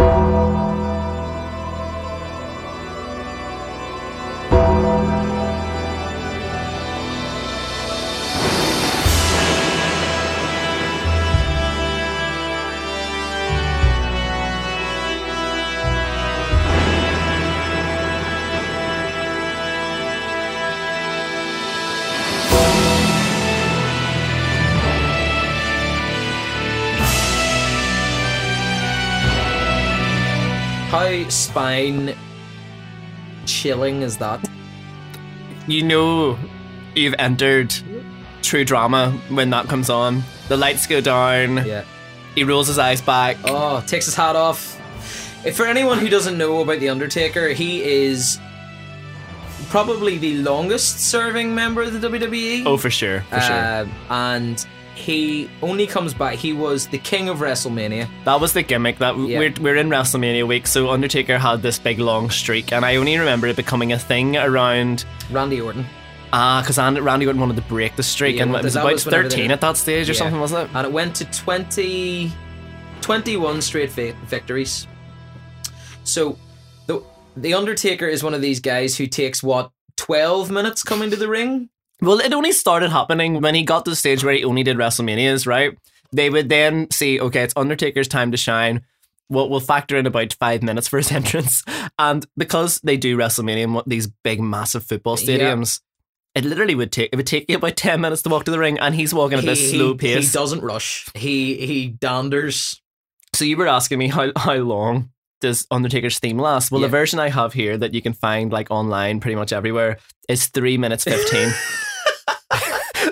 Speaker 2: How spine chilling is that?
Speaker 1: You know you've entered true drama when that comes on. The lights go down.
Speaker 2: Yeah.
Speaker 1: He rolls his eyes back.
Speaker 2: Oh, takes his hat off. If for anyone who doesn't know about The Undertaker, he is probably the longest serving member of the WWE.
Speaker 1: Oh, for sure. For sure.
Speaker 2: Um, and he only comes back. He was the king of WrestleMania.
Speaker 1: That was the gimmick that
Speaker 2: Yeah.
Speaker 1: we're, we're in WrestleMania week, so Undertaker had this big long streak, and I only remember it becoming a thing around
Speaker 2: Randy Orton.
Speaker 1: Ah, because Randy Orton wanted to break the streak,
Speaker 2: Yeah,
Speaker 1: and
Speaker 2: well,
Speaker 1: it was
Speaker 2: that
Speaker 1: about
Speaker 2: was whenever they-
Speaker 1: 13 at that stage or
Speaker 2: Yeah.
Speaker 1: something, wasn't it?
Speaker 2: And it went to 20, 21 straight vi- victories. So the the Undertaker is one of these guys who takes what twelve minutes coming to the ring.
Speaker 1: Well, it only started happening when he got to the stage where he only did WrestleManias, right? They would then see, okay, it's Undertaker's time to shine. We'll, we'll factor in about five minutes for his entrance. And because they do WrestleMania in what- these big, massive football
Speaker 2: Yeah.
Speaker 1: stadiums, it literally would take, it would take you about 10 minutes to walk to the ring, and he's walking at this slow
Speaker 2: He
Speaker 1: pace.
Speaker 2: doesn't rush. He he danders.
Speaker 1: So you were asking me how how long does Undertaker's theme last? Well, the
Speaker 2: Yeah.
Speaker 1: version I have here that you can find like online pretty much everywhere is three minutes fifteen.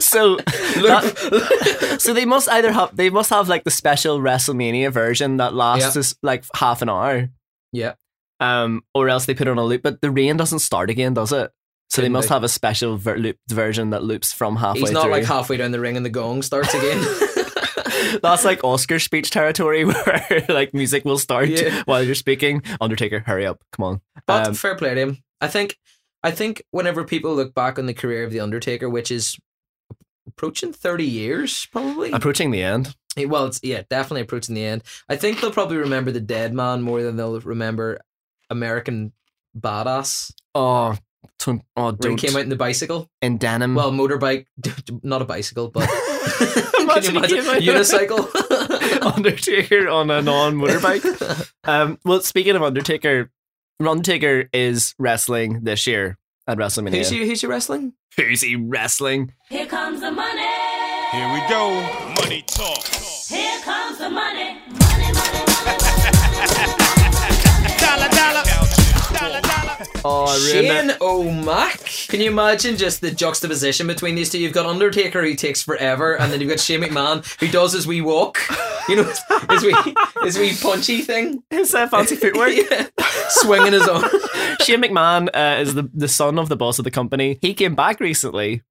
Speaker 1: so that- so they must either have they must have like the special WrestleMania version that lasts
Speaker 2: Yeah.
Speaker 1: us like half an hour,
Speaker 2: Yeah.
Speaker 1: um, or else they put on a loop. But the rain doesn't start again, does it? So they
Speaker 2: Couldn't
Speaker 1: must
Speaker 2: they?
Speaker 1: have a special ver- looped version that loops from halfway.
Speaker 2: He's not
Speaker 1: through.
Speaker 2: like halfway down the ring and the gong starts again.
Speaker 1: That's like Oscar speech territory where like music will start
Speaker 2: Yeah.
Speaker 1: while you're speaking. Undertaker, hurry up. Come on.
Speaker 2: But
Speaker 1: Um,
Speaker 2: fair play to him. I think I think whenever people look back on the career of the Undertaker, which is approaching thirty years, probably.
Speaker 1: Approaching the end.
Speaker 2: Eh, well, it's yeah, definitely approaching the end. I think they'll probably remember the Dead Man more than they'll remember American Badass
Speaker 1: Oh, don't, oh,
Speaker 2: when he
Speaker 1: don't.
Speaker 2: came out in the bicycle.
Speaker 1: in denim.
Speaker 2: Well, motorbike, not a bicycle, but can you
Speaker 1: Imagine he
Speaker 2: imagine?
Speaker 1: came out-
Speaker 2: unicycle.
Speaker 1: Undertaker on a non motorbike. um, well, speaking of Undertaker, Undertaker is wrestling this year at WrestleMania.
Speaker 2: who's you? Who's you wrestling?
Speaker 1: Who's he wrestling?
Speaker 7: Here comes the money.
Speaker 8: Here we go.
Speaker 7: Here comes the money. Money, money, money, money.
Speaker 8: Dollar, dollar. Dollar, dollar.
Speaker 1: Oh, I ruined it.
Speaker 2: Shane O'Mac. Can you imagine just the juxtaposition between these two? You've got Undertaker who takes forever, and then you've got Shane McMahon who does his wee walk. You know, his wee his wee punchy thing,
Speaker 1: His uh, fancy footwork.
Speaker 2: Yeah. swinging his arm.
Speaker 1: Shane McMahon uh, is the, the son of the boss of the company. He came back recently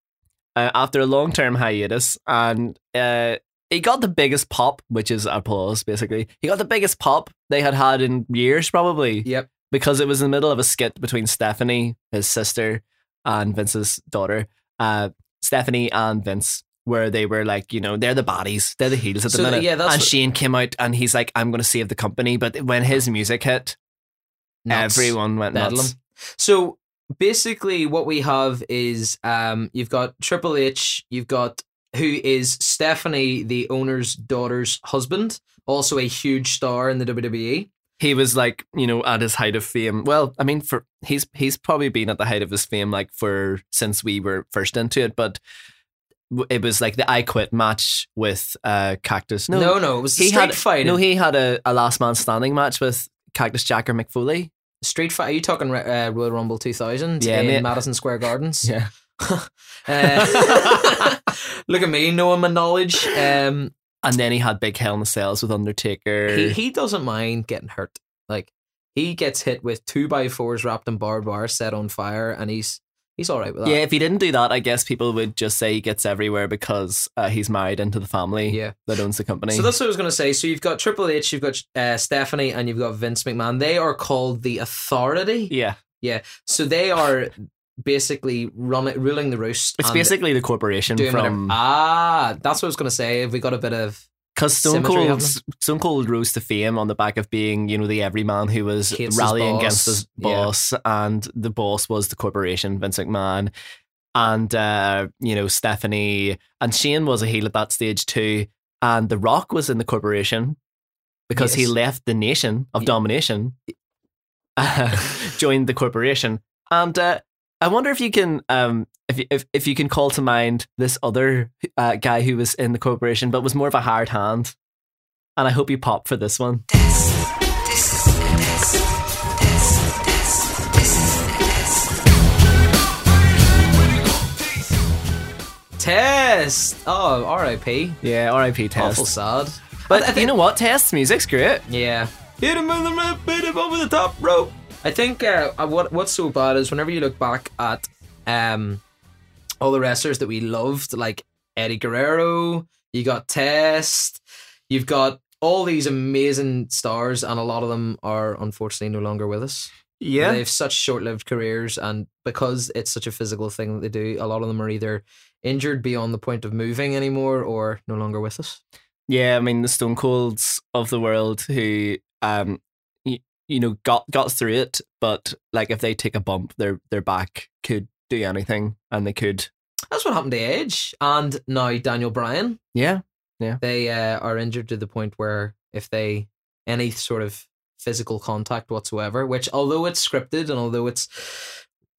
Speaker 1: uh, after a long term hiatus and uh, he got the biggest pop, which is applause, basically. He got the biggest pop they had had in years, probably,
Speaker 2: Yep.
Speaker 1: because it was in the middle of a skit between Stephanie, his sister, and Vince's daughter. Uh, Stephanie and Vince. Where they were like, you know, they're the bodies, they're the heels at the
Speaker 2: So,
Speaker 1: minute.
Speaker 2: yeah, that's
Speaker 1: and
Speaker 2: what-
Speaker 1: Shane came out and he's like, I'm going to save the company. But when his music hit,
Speaker 2: Nuts.
Speaker 1: everyone went
Speaker 2: Bedlam.
Speaker 1: nuts.
Speaker 2: So basically, what we have is um, you've got Triple H, you've got who is Stephanie, the owner's daughter's husband, also a huge star in the E. WWE.
Speaker 1: he was like you know at his height of fame well i mean for he's he's probably been at the height of his fame like for since we were first into it but w- it was like the i quit match with uh cactus no,
Speaker 2: No, no, it was
Speaker 1: he
Speaker 2: street
Speaker 1: had
Speaker 2: fighting.
Speaker 1: no he had a, a last man standing match with cactus jack or mcfoley
Speaker 2: Street fight? Are you talking uh, Royal Rumble 2000
Speaker 1: Yeah,
Speaker 2: in
Speaker 1: mate.
Speaker 2: Madison Square Gardens?
Speaker 1: Yeah.
Speaker 2: Uh, look at me knowing my knowledge. Um,
Speaker 1: And then he had Big Hell in the Cells with Undertaker.
Speaker 2: He, he doesn't mind getting hurt. Like he gets hit with two by fours wrapped in barbed wire, set on fire, and he's he's all right with that.
Speaker 1: yeah, if he didn't do that, I guess people would just say he gets everywhere because uh, he's married into the family
Speaker 2: Yeah.
Speaker 1: that owns the company.
Speaker 2: So that's what I was going to say. So you've got Triple H, you've got uh, Stephanie, and you've got Vince McMahon. They are called the Authority.
Speaker 1: yeah,
Speaker 2: So they are basically run ruling the roost.
Speaker 1: it's
Speaker 2: and
Speaker 1: basically the corporation
Speaker 2: doing whatever-
Speaker 1: from
Speaker 2: ah. That's what I was going to say. Have we got a bit of
Speaker 1: because Stone
Speaker 2: Symmetry
Speaker 1: Cold
Speaker 2: happening.
Speaker 1: Stone Cold rose to fame on the back of being you know the everyman who was
Speaker 2: Hates his
Speaker 1: rallying
Speaker 2: boss.
Speaker 1: against his
Speaker 2: Yeah.
Speaker 1: boss, and the boss was the corporation, Vince McMahon, and uh, you know Stephanie and Shane was a heel at that stage too, and The Rock was in the corporation because he
Speaker 2: Yes.
Speaker 1: left the nation of
Speaker 2: Ye-
Speaker 1: domination, joined the corporation, and uh, I wonder if you can um if you- if if you can call to mind this other uh, guy who was in the corporation but was more of a hard hand, and I hope you pop for this one.
Speaker 2: test? Oh, R.I.P.
Speaker 1: Yeah, R.I.P.
Speaker 2: Awful
Speaker 1: Test.
Speaker 2: sad.
Speaker 1: But uh, you know what? Test's music's great.
Speaker 2: Yeah. Hit him in the rip, hit him over the top rope. I think uh, uh, what what's so bad is whenever you look back at um, all the wrestlers that we loved, like Eddie Guerrero, you got Test, you've got all these amazing stars, and a lot of them are unfortunately no longer with us. They have such short lived careers, and because it's such a physical thing that they do, a lot of them are either injured beyond the point of moving anymore or no longer with us.
Speaker 1: Yeah, I mean the Stone Colds of the world who um you, you know got got through it, but like if they take a bump, their their back could do anything and they could
Speaker 2: That's what happened to Edge and now Daniel Bryan.
Speaker 1: Yeah.
Speaker 2: They uh, are injured to the point where if they any sort of physical contact whatsoever, which although it's scripted and although it's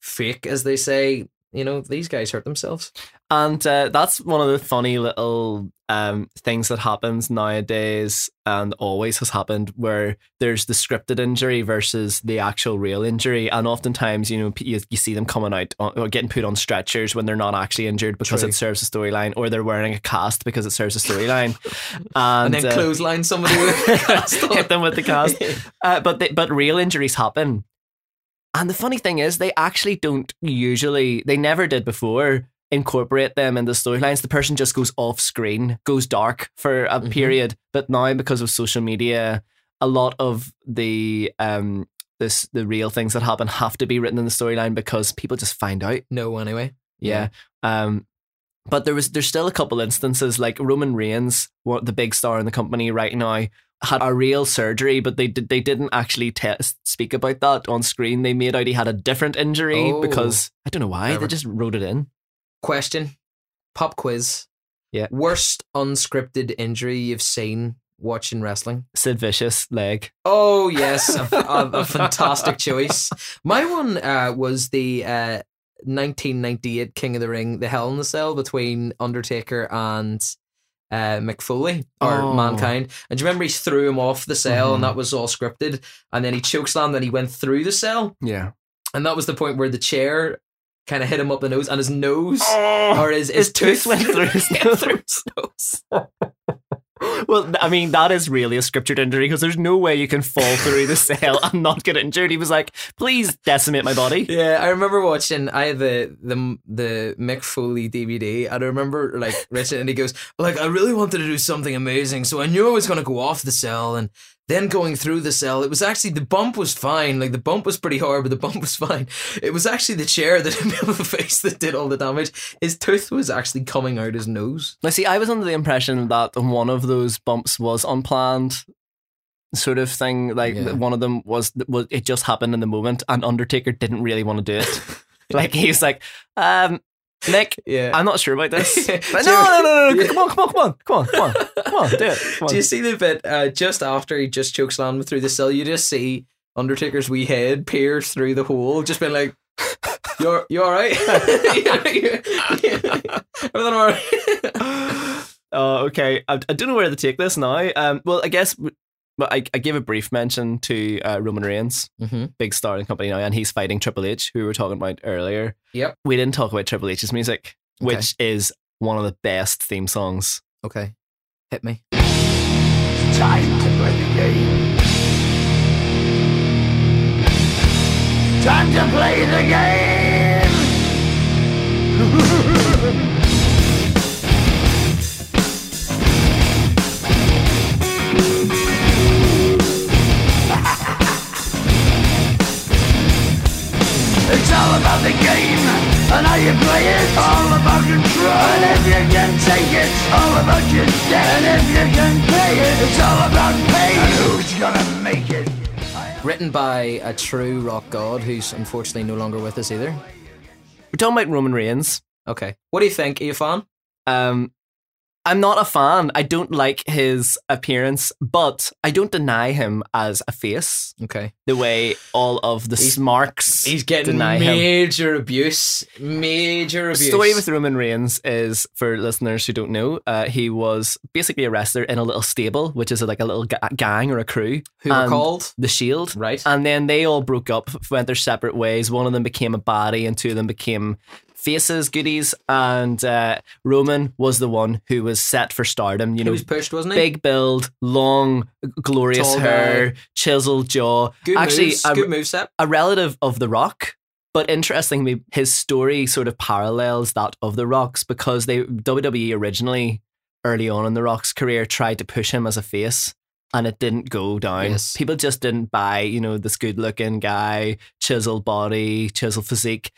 Speaker 2: fake as they say, you know, these guys hurt themselves.
Speaker 1: And uh, that's one of the funny little um, things that happens nowadays and always has happened where there's the scripted injury versus the actual real injury. And oftentimes, you know, p- you, you see them coming out on, or getting put on stretchers when they're not actually injured because
Speaker 2: True.
Speaker 1: it serves a storyline or they're wearing a cast because it serves a storyline. and
Speaker 2: And, then
Speaker 1: uh,
Speaker 2: clothesline somebody with a cast on.
Speaker 1: hit them with the cast. Uh, but they, but real injuries happen. And the funny thing is, they actually don't usually, they never did before, incorporate them in the storylines. The person just goes off screen, goes dark for a
Speaker 2: Mhm.
Speaker 1: period. But now, because of social media, a lot of the um this the real things that happen have to be written in the storyline because people just find out.
Speaker 2: No, anyway.
Speaker 1: Yeah.
Speaker 2: Mm-hmm.
Speaker 1: Um, but there was there's still a couple instances like Roman Reigns, what the big star in the company right now, had a real surgery, but they did they didn't actually te- speak about that on screen. They made out he had a different injury
Speaker 2: Oh.
Speaker 1: because I don't know why
Speaker 2: Clever.
Speaker 1: they just wrote it in.
Speaker 2: Question. Pop quiz.
Speaker 1: Yeah.
Speaker 2: Worst unscripted injury you've seen watching wrestling?
Speaker 1: Sid Vicious leg.
Speaker 2: Oh yes, a, a- a fantastic choice. My one uh, was the uh, 1998 King of the Ring, the Hell in the Cell between Undertaker and uh, McFoley or
Speaker 1: Oh.
Speaker 2: Mankind. And do you remember he threw him off the cell,
Speaker 1: Mhm.
Speaker 2: and that was all scripted. And then he chokeslammed, and he went through the cell,
Speaker 1: Yeah.
Speaker 2: and that was the point where the chair kind of hit him up the nose, and his nose or his his,
Speaker 1: Oh, His tooth went through his
Speaker 2: went through his nose.
Speaker 1: Well, th- I mean, that is really a scriptured injury because there's no way you can fall through the cell and not get injured. He was like, please decimate my body.
Speaker 2: Yeah, I remember watching. I had the the the Mick Foley DVD, and I remember like Richard, and he goes like, "I really wanted to do something amazing, so I knew I was going to go off the cell, and then going through the cell. It was actually the bump was fine. Like the bump was pretty hard, but the bump was fine. It was actually the chair that hit me on the face that did all the damage. His tooth was actually coming out his nose.
Speaker 1: Now, see, I was under the impression that one of those bumps was unplanned, sort of thing. Like
Speaker 2: Yeah.
Speaker 1: that one of them was, was it just happened in the moment, and Undertaker didn't really want to do it. like he's like, um, Nick,
Speaker 2: Yeah.
Speaker 1: I'm not sure about this. Like,
Speaker 2: Do you-
Speaker 1: no, no, no, no, no, come on, come on, come on, come on, come on, come on, do it. Come
Speaker 2: Do
Speaker 1: on.
Speaker 2: you see the bit uh, just after he just chokes him through the cell? You just see Undertaker's wee head peers through the hole, just being like, "You're you all right? Everything all right?"
Speaker 1: Oh, okay. I, I don't know where to take this now. Um, well, I guess. w- But I, I gave a brief mention to uh, Roman Reigns,
Speaker 2: mm-hmm.
Speaker 1: big star in the company now, and he's fighting Triple H, who we were talking about earlier.
Speaker 2: Yep.
Speaker 1: we didn't talk about Triple H's music,
Speaker 2: Okay.
Speaker 1: which is one of the best theme songs.
Speaker 2: Okay. Hit me.
Speaker 4: Time to play the game. Time to play the game. It's all about the game and how you play it. All about control. And if you can take it, it's all about your debt. And if you can pay it, it's all about pain. And who's gonna make it?
Speaker 2: Written by a true rock god who's unfortunately no longer with us either.
Speaker 1: We're talking about Roman Reigns.
Speaker 2: Okay. What do you think? Are you a fan?
Speaker 1: Um, I'm not a fan. I don't like his appearance, but I don't deny him as a face
Speaker 2: Okay.
Speaker 1: the way all of the
Speaker 2: He's-
Speaker 1: smarks
Speaker 2: He's getting
Speaker 1: deny him.
Speaker 2: major abuse. Major
Speaker 1: The
Speaker 2: abuse.
Speaker 1: story with Roman Reigns is for listeners who don't know, uh, he was basically a wrestler in a little stable, which is like a little ga- gang or a crew
Speaker 2: who were
Speaker 1: and
Speaker 2: called
Speaker 1: the Shield.
Speaker 2: right.
Speaker 1: And then they all broke up, went their separate ways. One of them became a baddie, and two of them became faces, goodies. And uh, Roman was the one who was set for stardom. You
Speaker 2: he
Speaker 1: know,
Speaker 2: was pushed, wasn't he?
Speaker 1: big build, long, glorious
Speaker 2: Tall
Speaker 1: hair, chiseled jaw.
Speaker 2: Good
Speaker 1: Actually, um,
Speaker 2: moves,
Speaker 1: a,
Speaker 2: good moveset.
Speaker 1: a relative of The Rock. But interestingly, his story sort of parallels that of The Rock's because they WWE originally, early on in The Rock's career, tried to push him as a face, and it didn't go down.
Speaker 2: Yes.
Speaker 1: People just didn't buy, you know, this good-looking guy, chiseled body, chiseled physique,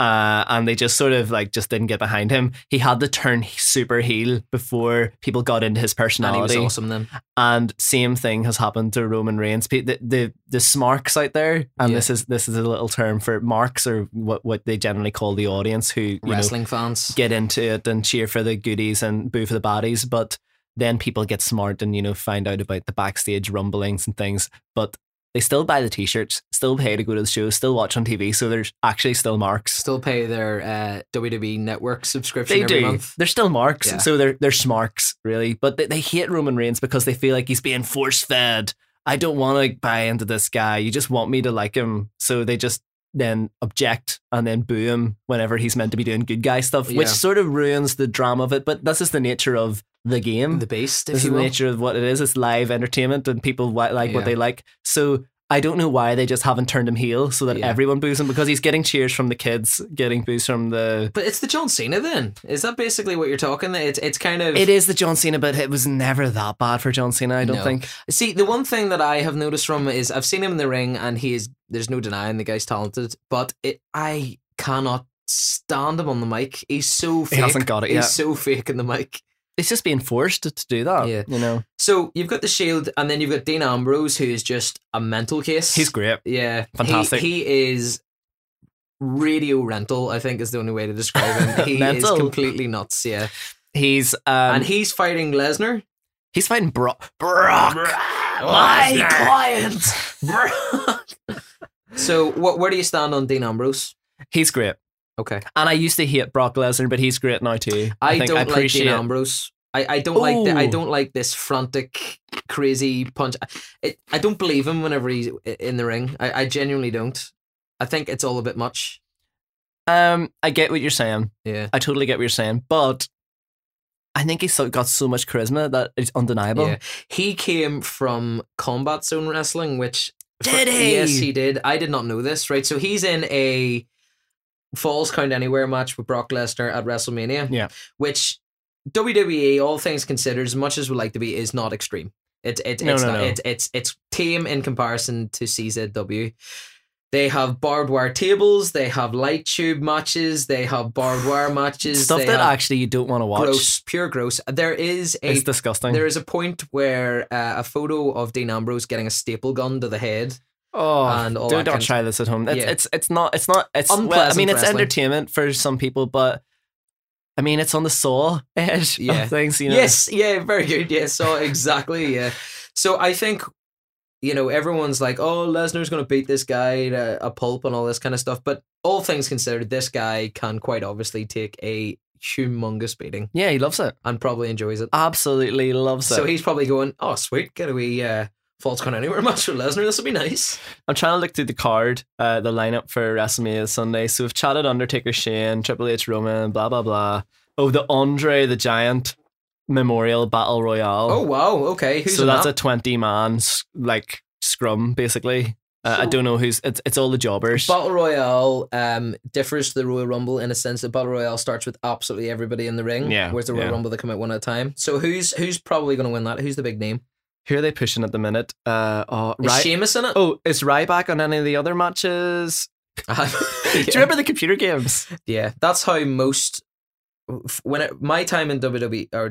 Speaker 1: uh, and they just sort of like just didn't get behind him. He had to turn super heel before people got into his
Speaker 2: And he
Speaker 1: personality.
Speaker 2: was awesome then.
Speaker 1: And same thing has happened to Roman Reigns. Pe- The the, the smarks out there, and
Speaker 2: Yeah.
Speaker 1: this is this is a little term for marks or what, what they generally call the audience who you know,
Speaker 2: Wrestling fans.
Speaker 1: get into it and cheer for the goodies and boo for the baddies. But then people get smart and you know find out about the backstage rumblings and things. But they still buy the t-shirts, still pay to go to the show, still watch on TV. So there's actually still marks.
Speaker 2: Still pay their uh, WWE network subscription
Speaker 1: They
Speaker 2: every
Speaker 1: do.
Speaker 2: month.
Speaker 1: They're still marks.
Speaker 2: Yeah.
Speaker 1: So they're they're smarks, really. But they, they hate Roman Reigns because they feel like he's being force fed. I don't want to buy into this guy. You just want me to like him. So they just then object and then boo him whenever he's meant to be doing good guy stuff, which
Speaker 2: Yeah.
Speaker 1: sort of ruins the drama of it. But this is the nature of the game.
Speaker 2: The beast, if
Speaker 1: this is
Speaker 2: you
Speaker 1: the
Speaker 2: will.
Speaker 1: nature of what it is. It's live entertainment and people wi- like what
Speaker 2: Yeah.
Speaker 1: they like. So I don't know why they just haven't turned him heel so that
Speaker 2: Yeah.
Speaker 1: everyone boos him because he's getting cheers from the kids, getting boos from the
Speaker 2: But it's the John Cena then. Is that basically what you're talking? It's it's kind of
Speaker 1: It is the John Cena, but it was never that bad for John Cena. I don't
Speaker 2: No.
Speaker 1: think.
Speaker 2: See, the one thing that I have noticed from him is I've seen him in the ring, and he is. There's no denying the guy's talented, but it, I cannot stand him on the mic. He's so fake.
Speaker 1: hasn't got it
Speaker 2: He's
Speaker 1: yet.
Speaker 2: so fake in the mic.
Speaker 1: It's just being forced to do that.
Speaker 2: Yeah.
Speaker 1: you know,
Speaker 2: So you've got the Shield, and then you've got Dean Ambrose, who is just a mental case.
Speaker 1: great.
Speaker 2: yeah, He-
Speaker 1: Fantastic.
Speaker 2: He, is radio rental. I think is the only way to describe him. He is
Speaker 1: Mental.
Speaker 2: completely nuts. Yeah,
Speaker 1: He's um,
Speaker 2: and he's fighting Lesnar.
Speaker 1: he's fighting Brock. Brock, my client. Brock.
Speaker 2: So what? Where do you stand on Dean Ambrose?
Speaker 1: He's great,
Speaker 2: Okay,
Speaker 1: and I used to hate Brock Lesnar, but he's great now too.
Speaker 2: I,
Speaker 1: think
Speaker 2: don't
Speaker 1: I
Speaker 2: like
Speaker 1: appreciate
Speaker 2: Dean Ambrose. I, I don't like the, I
Speaker 1: Ooh.
Speaker 2: don't like this frantic, crazy punch. I, I don't believe him whenever he's i- in the ring. I, I genuinely don't. I think it's all a bit much.
Speaker 1: Um, I get what you're saying.
Speaker 2: Yeah.
Speaker 1: I totally get what you're saying, but I think he's so, got so much charisma that it's undeniable.
Speaker 2: yeah. He came from Combat Zone Wrestling, which
Speaker 1: Did he?
Speaker 2: Yes, he did. I did not know this. Right, so he's in a Falls Count Anywhere match with Brock Lesnar at WrestleMania.
Speaker 1: Yeah.
Speaker 2: which WWE, all things considered, as much as we like to be, is not extreme. It, it,
Speaker 1: No,
Speaker 2: it's
Speaker 1: no,
Speaker 2: not,
Speaker 1: no.
Speaker 2: It's, it's it's tame in comparison to CZW. They have barbed wire tables. They have light tube matches. They have barbed wire matches.
Speaker 1: Stuff
Speaker 2: they
Speaker 1: that
Speaker 2: have
Speaker 1: actually you don't want to watch.
Speaker 2: gross, pure gross. There is a
Speaker 1: It's disgusting.
Speaker 2: there is a point where uh, a photo of Dean Ambrose getting a staple gun to the head.
Speaker 1: Oh,
Speaker 2: and all
Speaker 1: do
Speaker 2: that
Speaker 1: not
Speaker 2: kind of-
Speaker 1: try this at home. It's
Speaker 2: Yeah.
Speaker 1: it's it's not it's not it's well, I
Speaker 2: Unpleasant
Speaker 1: mean it's
Speaker 2: wrestling.
Speaker 1: entertainment for some people, but I mean it's on the saw edge
Speaker 2: Yeah.
Speaker 1: of things. You know,
Speaker 2: Yes, yeah, very good. Yeah, so exactly, yeah. So I think, you know, everyone's like, oh, Lesnar's going to beat this guy to a pulp and all this kind of stuff. But all things considered, this guy can quite obviously take a humongous beating
Speaker 1: yeah, he loves it.
Speaker 2: and probably enjoys it.
Speaker 1: Absolutely loves it.
Speaker 2: So he's probably going, oh, sweet, get away. Uh, Fault's gone anywhere match with Lesnar. This will be nice.
Speaker 1: I'm trying to look through the card, uh, the lineup for WrestleMania Sunday. So we've chatted Undertaker, Shane, Triple H, Roman, blah blah blah. Oh, the Andre the Giant. Memorial Battle Royale.
Speaker 2: Oh wow. Okay. Who's
Speaker 1: so
Speaker 2: in
Speaker 1: that's
Speaker 2: that?
Speaker 1: a twenty-man like scrum, basically. Uh, I don't know who's. It's it's all the jobbers.
Speaker 2: Battle Royale um, differs to the Royal Rumble in a sense that Battle Royale starts with absolutely everybody in the ring.
Speaker 1: Yeah,
Speaker 2: Whereas the Royal
Speaker 1: yeah.
Speaker 2: Rumble they come out one at a time. So who's who's probably going to win that? Who's the big name?
Speaker 1: Who are they pushing at the minute? Uh, oh,
Speaker 2: Is
Speaker 1: Ry-
Speaker 2: Sheamus in it?
Speaker 1: oh, is Ryback on any of the other matches?
Speaker 2: yeah.
Speaker 1: Do you remember the computer games?
Speaker 2: Yeah, that's how most. f- When it, my time in WWE or E?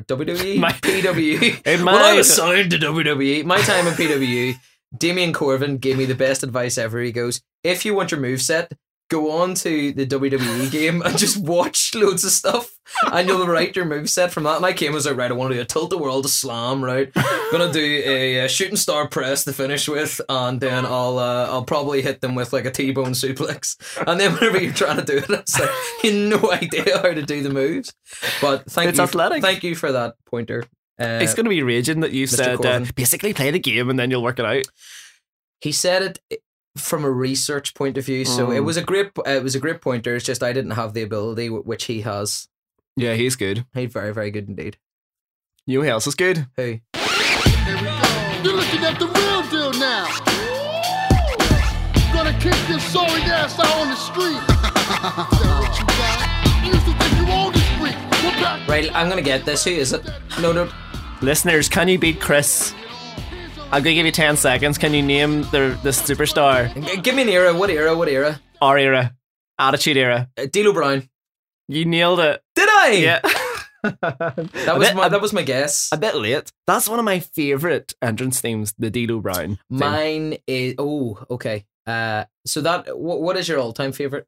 Speaker 2: WWE
Speaker 1: My-
Speaker 2: PWE,
Speaker 1: In
Speaker 2: when I
Speaker 1: my-
Speaker 2: was signed to WWE, my time in PWE, Damian Corvin gave me the best advice ever. He goes, "If you want your move set, go on to the WWE game and just watch loads of stuff, and you'll write your move set from that." And I came as like, right, I want to do a tilt the world, a slam, right? Gonna do a, uh shooting star press to finish with, and then I'll uh, I'll probably hit them with like a T bone suplex. And then whenever you're trying to do it, it's like you have no idea how to do the moves. But thank
Speaker 1: It's
Speaker 2: you,
Speaker 1: athletic.
Speaker 2: thank you for that pointer. Uh,
Speaker 1: it's going to be raging that you said uh,
Speaker 2: Corvin.
Speaker 1: basically play the game and then you'll work it out.
Speaker 2: he said it from a research point of view, so it
Speaker 1: Mm.
Speaker 2: was a great uh, it was a great pointer. It's just I didn't have the ability w- which he has.
Speaker 1: Yeah, he's good.
Speaker 2: He's very very good indeed.
Speaker 1: You know who else is good?
Speaker 2: Who?
Speaker 9: You're looking at the real deal now. Gonna kick this sorry ass out on the street. Is that what you got? You used to think you owned the street. We're back.
Speaker 2: Right, I'm gonna get this. Who is it? No, no.
Speaker 1: Listeners, can you beat Chris? I'm going to give you 10 seconds. Can you name the, the superstar?
Speaker 2: G- Give me an era. What era? What era?
Speaker 1: Our era. Attitude era.
Speaker 2: Uh, D'Lo Brown.
Speaker 1: You nailed it.
Speaker 2: Did I?
Speaker 1: Yeah.
Speaker 2: That was
Speaker 1: bit-
Speaker 2: my
Speaker 1: a-
Speaker 2: that was my guess.
Speaker 1: A bit late. That's one of my favourite entrance themes, the D'Lo Brown. theme.
Speaker 2: Mine is oh okay. Uh, so that what what is your all time favorite?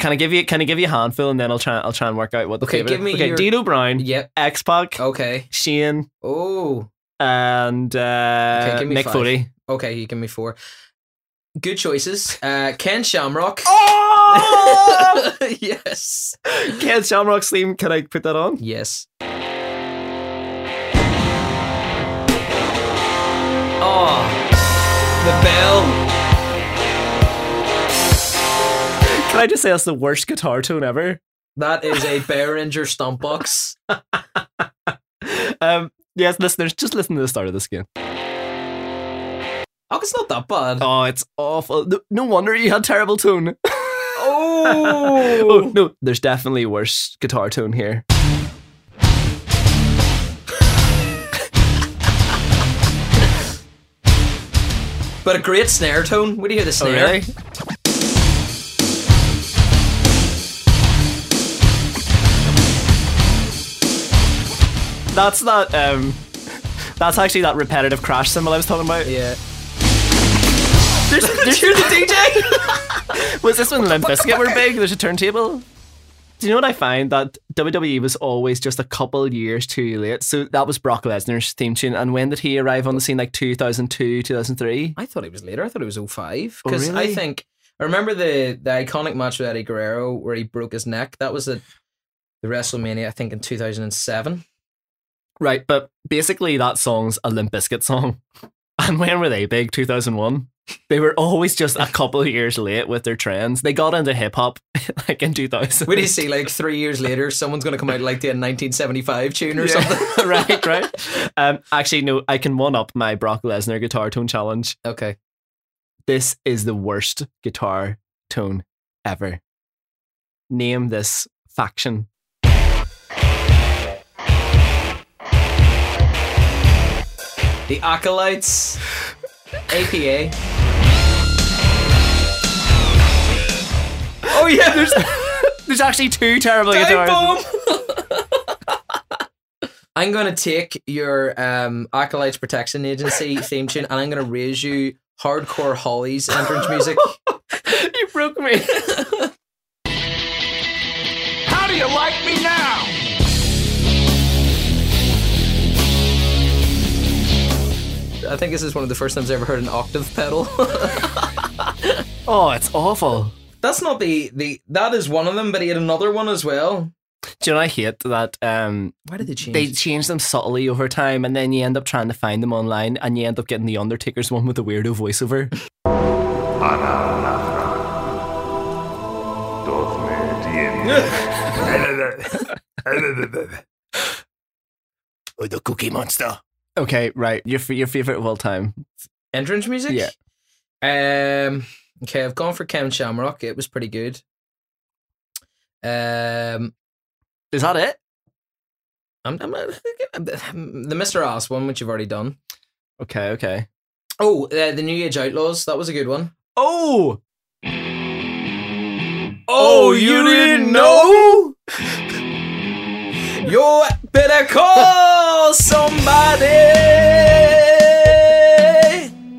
Speaker 1: Can I give you can I give you a handful and then I'll try I'll try and work out what the
Speaker 2: Okay,
Speaker 1: favourite-
Speaker 2: give me
Speaker 1: Okay,
Speaker 2: your-
Speaker 1: D'Lo Brown,
Speaker 2: Yep.
Speaker 1: X Pac,
Speaker 2: Okay.
Speaker 1: Shane,
Speaker 2: Oh.
Speaker 1: and uh,
Speaker 2: Okay, give me
Speaker 1: Nick
Speaker 2: five.
Speaker 1: Foley.
Speaker 2: Okay. You give me four. Good choices. Uh, Ken Shamrock.
Speaker 1: Oh!
Speaker 2: yes.
Speaker 1: Ken Shamrock's theme. Can I put that on?
Speaker 2: Yes. Oh, the bell.
Speaker 1: Can I just say that's the worst guitar tone ever?
Speaker 2: That is a Behringer stomp box.
Speaker 1: Um, yes, listeners, just listen to the start of this game.
Speaker 2: Oh, it's not that bad.
Speaker 1: Oh, it's awful. No, no wonder you had terrible tone.
Speaker 2: Oh.
Speaker 1: Oh no, there's definitely a worse guitar tone here.
Speaker 2: But a great snare tone. What do you hear the snare?
Speaker 1: That's that. Um, that's actually that repetitive crash symbol I was talking about.
Speaker 2: Yeah.
Speaker 1: There's, there's,
Speaker 2: You're the DJ.
Speaker 1: was this when Limp Bizkit were big? There's a turntable. Do you know what I find that WWE was always just a couple years too late? So that was Brock Lesnar's theme tune, and when did he arrive on the scene? Like 2002, 2003.
Speaker 2: I thought it was later. I thought it was 05.
Speaker 1: Oh,
Speaker 2: Because I
Speaker 1: really?
Speaker 2: think I remember the the iconic match with Eddie Guerrero where he broke his neck. That was at the WrestleMania, I think, in 2007.
Speaker 1: Right, but basically that song's a Limp Bizkit song. And when were they big? 2001? They were always just a couple of years late with their trends. They got into hip hop like in 2000.
Speaker 2: What do you see? Like three years later, someone's going to come out like the 1975 tune or
Speaker 1: Yeah.
Speaker 2: something.
Speaker 1: right, right. Um, actually, no, I can one up my Brock Lesnar guitar tone challenge.
Speaker 2: Okay.
Speaker 1: This is the worst guitar tone ever. Name this faction.
Speaker 2: The Acolytes, APA. oh, yeah, there's
Speaker 1: There's actually two terrible guitars.
Speaker 2: I'm going to take your um, Acolytes Protection Agency theme tune and I'm going to raise you Hardcore Hollies entrance music.
Speaker 1: you broke me.
Speaker 8: How do you like me now?
Speaker 2: I think this is one of the first times I ever heard an octave pedal.
Speaker 1: Oh, it's awful.
Speaker 2: That's not the, the, that is one of them, but he had another one as well.
Speaker 1: Do you know I hate that um,
Speaker 2: Why did they change?
Speaker 1: they change them subtly over time, and then you end up trying to find them online, and you end up getting the Undertaker's one with the weirdo voiceover.
Speaker 10: Oh, the Cookie Monster.
Speaker 1: Okay, right. Your f- your favorite of all time.
Speaker 2: Entrance music?
Speaker 1: Yeah.
Speaker 2: Um okay, I've gone for Ken Shamrock. It was pretty good. Um
Speaker 1: Is that it?
Speaker 2: I'm, I'm, the Mr. Ass one, which you've already done.
Speaker 1: Okay, okay.
Speaker 2: Oh, uh, the New Age Outlaws. That was a good one.
Speaker 1: Oh. Oh, you didn't know?
Speaker 2: You better call somebody.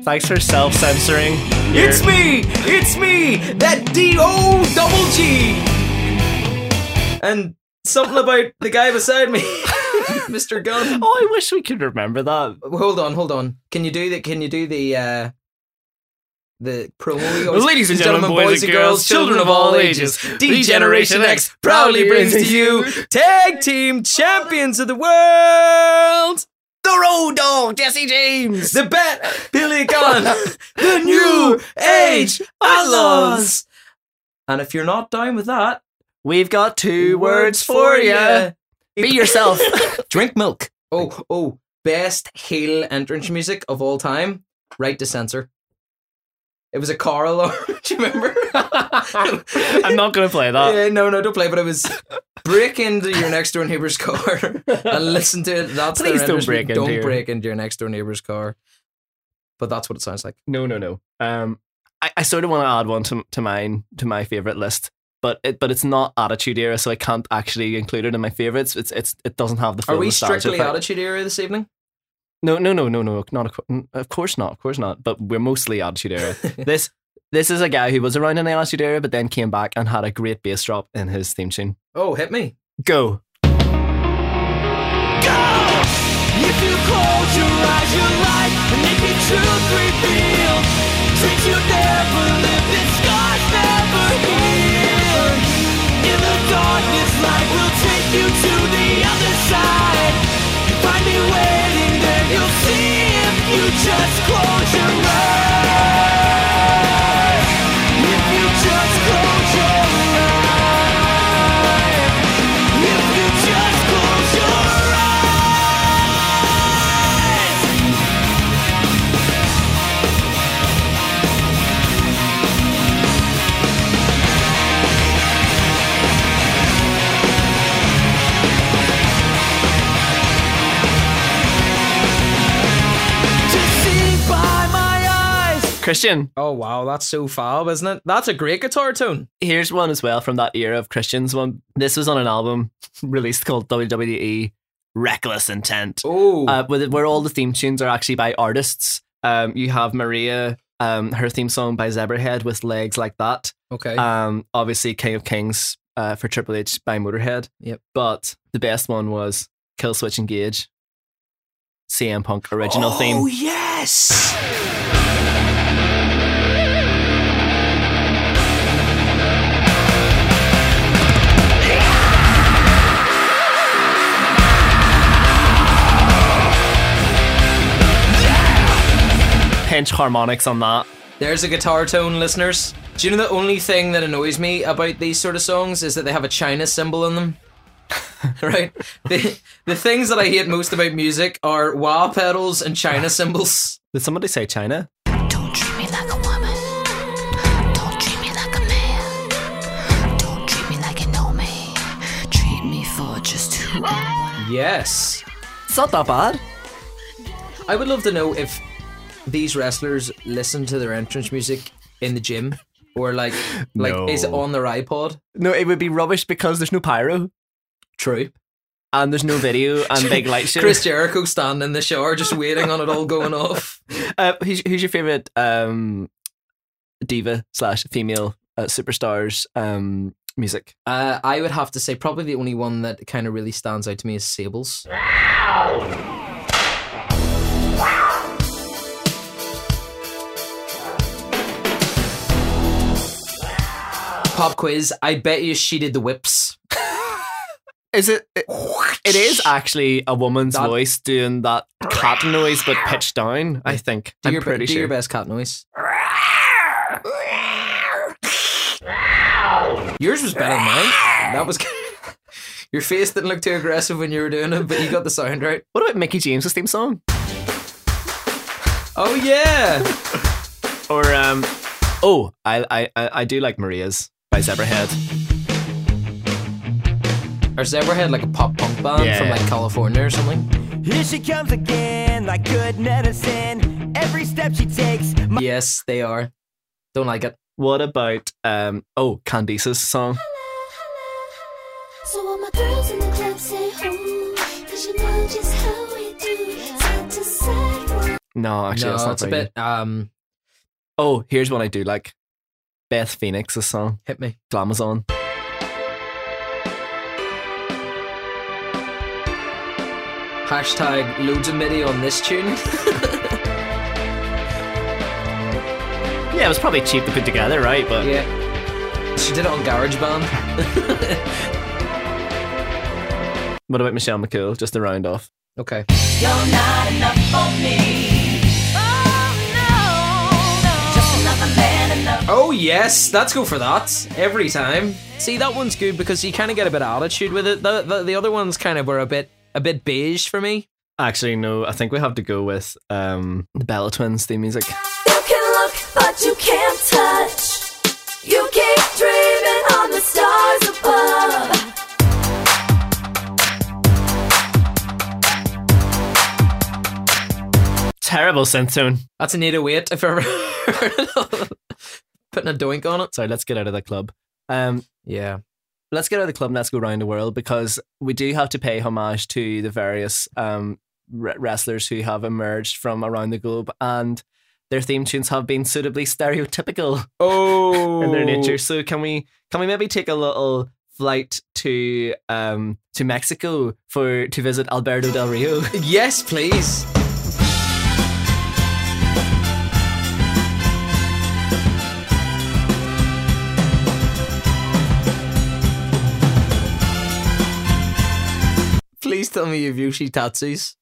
Speaker 1: Thanks for self censoring.
Speaker 2: It's me. It's me. That D O double G. And something about the guy beside me, Mr. Gunn.
Speaker 1: Oh, I wish we could remember that.
Speaker 2: Hold on, hold on. Can you do the? Can you do the? uh the promo. we always-
Speaker 1: Ladies and gentlemen, boys and girls, children of all ages,
Speaker 2: D Generation X proudly brings to you Tag Team Champions of the World,
Speaker 10: The Road Dog, Jesse James.
Speaker 2: the Bet Billy Gunn, the New Age Outlaws. And if you're not down with that,
Speaker 1: We've got two
Speaker 2: words for you.
Speaker 1: Be yourself.
Speaker 2: Drink milk. Oh, oh, best heel entrance music of all time. Right to censor. It was a car alarm. Do you remember? Uh,
Speaker 1: I'm not going to play that.
Speaker 2: yeah, no, no, don't play. But it was break into your next door neighbor's car and listen to it. That's their
Speaker 1: Please don't
Speaker 2: entrance
Speaker 1: break
Speaker 2: music.
Speaker 1: into
Speaker 2: Don't
Speaker 1: your-
Speaker 2: break into your next door neighbor's car. But that's what it sounds like.
Speaker 1: No, no, no. Um, I, I sort of want to add one to, to mine to my favorite list, but it but it's not Attitude Era, so I can't actually include it in my favorites. It's it's it doesn't have the. Full
Speaker 2: Are we
Speaker 1: nostalgia
Speaker 2: strictly
Speaker 1: effect.
Speaker 2: attitude era this evening?
Speaker 1: No, no, no, no, no. Not of cour- of course not. Of course not. But we're mostly Attitude Era. this this is a guy who was around in the Attitude Era, but then came back and had a great bass drop in his theme tune.
Speaker 2: Oh, hit me.
Speaker 1: Go.
Speaker 3: If you close your eyes, your life and if you truth revealed, since you never lived in scars, never healed. In the darkness, light will take you to the other side. You find me waiting there, you'll see if you just close your eyes. If you just close your eyes. If you just close your eyes. To see by my eyes
Speaker 1: Christian,
Speaker 2: Oh wow, that's so foul, isn't it? That's a great guitar tone.
Speaker 1: here's one as well from that era of Christian's one. This was on an album released called WWE Reckless Intent.
Speaker 2: Oh,
Speaker 1: uh, with it- where all the theme tunes are actually by artists. Um, you have Maria, um, her theme song by Zebrahead with legs like that.
Speaker 2: okay.
Speaker 1: Um, obviously King of Kings uh, for Triple H by Motorhead.
Speaker 2: Yep.
Speaker 1: But the best one was Kill Switch Engage. CM Punk original
Speaker 2: Oh
Speaker 1: theme.
Speaker 2: yes.
Speaker 1: Pinch harmonics on that.
Speaker 2: There's a guitar tone, listeners. Do you know the only thing that annoys me about these sort of songs is that they have a China symbol in them? right? The, the things that I hate most about music are wah pedals and China symbols.
Speaker 1: Did somebody say China?
Speaker 11: Don't treat me like a woman. Don't treat me like a man. Don't treat me like you know me. Treat me for just who I am.
Speaker 2: Yes.
Speaker 1: It's not that bad.
Speaker 2: I would love to know if these wrestlers listen to their entrance music in the gym or like like
Speaker 1: No.
Speaker 2: is it on their iPod?
Speaker 1: No, it would be rubbish because there's no pyro
Speaker 2: True.
Speaker 1: and there's no video and big light show.
Speaker 2: Chris Jericho standing in the shower just waiting on it all going off.
Speaker 1: Uh, who's, who's your favorite um, diva slash female uh, superstars um, music?
Speaker 2: Uh, I would have to say probably the only one that kind of really stands out to me is Sables. Pop quiz. I bet you she did the whips.
Speaker 1: Is it? It, it is actually a woman's
Speaker 2: That-
Speaker 1: voice doing that cat noise, but pitched down. I think.
Speaker 2: Do
Speaker 1: I'm
Speaker 2: your,
Speaker 1: pretty
Speaker 2: do
Speaker 1: sure.
Speaker 2: your best cat noise. Yours was better than mine. That was. Your face didn't look too aggressive when you were doing it, but you got the sound right.
Speaker 1: What about Mickey James' theme song?
Speaker 2: Oh yeah.
Speaker 1: or um, oh, I I I I do like Maria's by Zebrahead.
Speaker 2: Or Zebrahead, like a pop punk band
Speaker 1: Yeah.
Speaker 2: from like California or something.
Speaker 12: Here she comes again, like good medicine. Every step she takes,
Speaker 2: Yes, they are. Don't like it.
Speaker 1: What about um? Oh, Candice's song.
Speaker 13: So all my girls in the club say home, cause you know just how we do. Side to side, one
Speaker 1: No, actually,
Speaker 2: No,
Speaker 1: that's not
Speaker 2: it's a
Speaker 1: very-
Speaker 2: bit, um.
Speaker 1: Oh, here's one I do like. Beth Phoenix's song.
Speaker 2: Hit me.
Speaker 1: Glamazon.
Speaker 2: Hashtag loads of MIDI on this tune.
Speaker 1: Yeah, it was probably cheap to put together, right? But
Speaker 2: yeah, she did it on GarageBand.
Speaker 1: What about Michelle McCool? Just to round off.
Speaker 2: Okay.
Speaker 3: You're not enough for me. Oh no, just another man, another.
Speaker 2: Oh yes, let's go for that every time. See, that one's good because you kind of get a bit of attitude with it. The, the, the other ones kind of were a bit a bit beige for me.
Speaker 1: Actually, no. I think we have to go with um the Bella Twins theme music.
Speaker 3: You can look, but you can't touch. You keep dreaming on the stars above.
Speaker 1: Terrible synth tune.
Speaker 2: That's an 808 if I ever putting a doink on it.
Speaker 1: Sorry, let's get out of the club. Um,
Speaker 2: yeah.
Speaker 1: Let's get out of the club and let's go around the world because we do have to pay homage to the various um, re- wrestlers who have emerged from around the globe and their theme tunes have been suitably stereotypical
Speaker 2: Oh,
Speaker 1: in their nature. So can we can we maybe take a little flight to um, to Mexico for to visit Alberto Del Rio?
Speaker 2: Yes, please. Please tell me you've Yoshi Tatsus.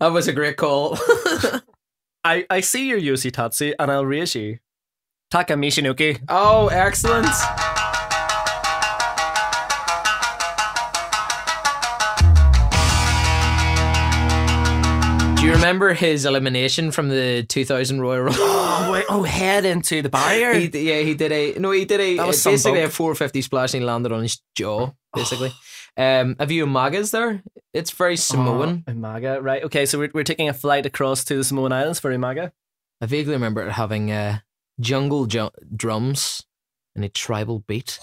Speaker 2: That was a great call.
Speaker 1: I, I see your Yoshi Tatsu and I'll raise you. Taka Mishinuki.
Speaker 2: Oh, excellent. Do you remember his elimination from the 2000 Royal Rumble?
Speaker 1: Oh, wait, oh, head into the barrier.
Speaker 2: He, yeah, he did a no. He did a uh,
Speaker 1: That was some
Speaker 2: basically a
Speaker 1: bump.
Speaker 2: 450 splash and he landed on his jaw. Basically, um, have you magas there? It's very Samoan.
Speaker 1: Oh, Imaga, right. Okay, so we're, we're taking a flight across to the Samoan Islands for Imaga.
Speaker 2: I vaguely remember it having uh, jungle ju- drums and a tribal beat.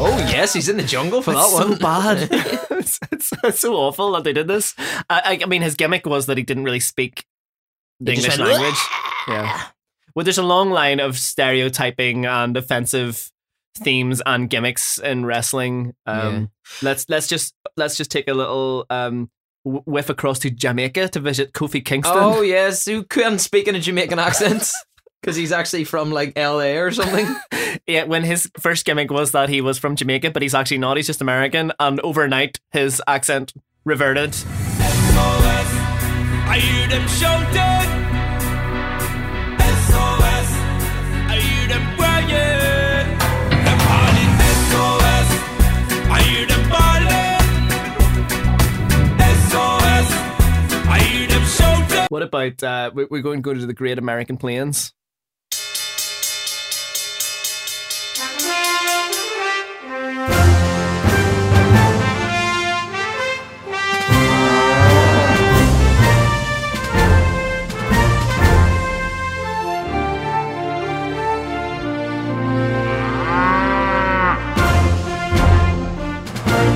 Speaker 2: Oh yes, he's in the jungle for
Speaker 1: That's
Speaker 2: that
Speaker 1: so
Speaker 2: one.
Speaker 1: bad. it's, it's, it's so awful that they did this. I, I, I mean, his gimmick was that he didn't really speak the
Speaker 2: He just
Speaker 1: English
Speaker 2: went,
Speaker 1: language. yeah. Well, there's a long line of stereotyping and offensive themes and gimmicks in wrestling. Um,
Speaker 2: Yeah.
Speaker 1: Let's let's just let's just take a little um, wh- whiff across to Jamaica to visit Kofi Kingston.
Speaker 2: Oh yes, who couldn't speak in a Jamaican accent because he's actually from like LA or something.
Speaker 1: Yeah, when his first gimmick was that he was from Jamaica, but he's actually not. He's just American, and overnight his accent reverted.
Speaker 3: SOS, I hear them shouting. SOS, I hear them crying. They're calling SOS, I hear them calling. SOS, I hear them shouting.
Speaker 1: What about uh, we- we're going to go to the Great American Plains?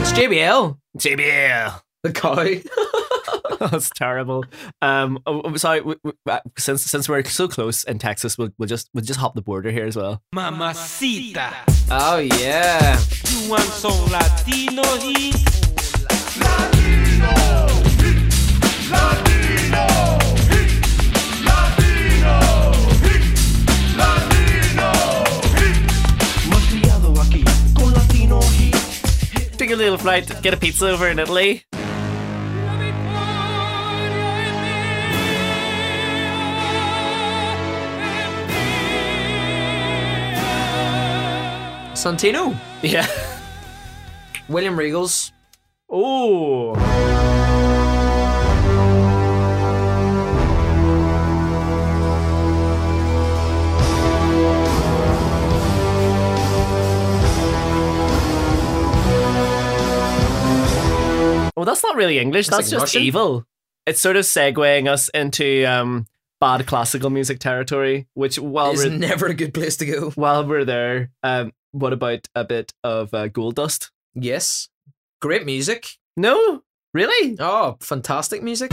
Speaker 2: It's JBL,
Speaker 1: JBL.
Speaker 2: the guy.
Speaker 1: That's terrible. Um, oh, oh, sorry. w- w- uh, Since since we're so close in Texas, we'll we'll just we'll just hop the border here as well.
Speaker 5: Mamacita.
Speaker 2: Oh yeah.
Speaker 5: You want some Latino heat?
Speaker 1: Take a little flight, get a pizza over in Italy.
Speaker 2: Santino.
Speaker 1: Yeah.
Speaker 2: William Regals.
Speaker 1: Oh. Well, that's not really English.
Speaker 2: That's
Speaker 1: That's,
Speaker 2: like
Speaker 1: just
Speaker 2: Russian.
Speaker 1: evil. It's sort of segueing us into um, bad classical music territory, which while
Speaker 2: Is
Speaker 1: we're
Speaker 2: never a good place to go.
Speaker 1: while we're there, um, what about a bit of uh, gold dust?
Speaker 2: Yes. Great music.
Speaker 1: No, really?
Speaker 2: Oh, fantastic music.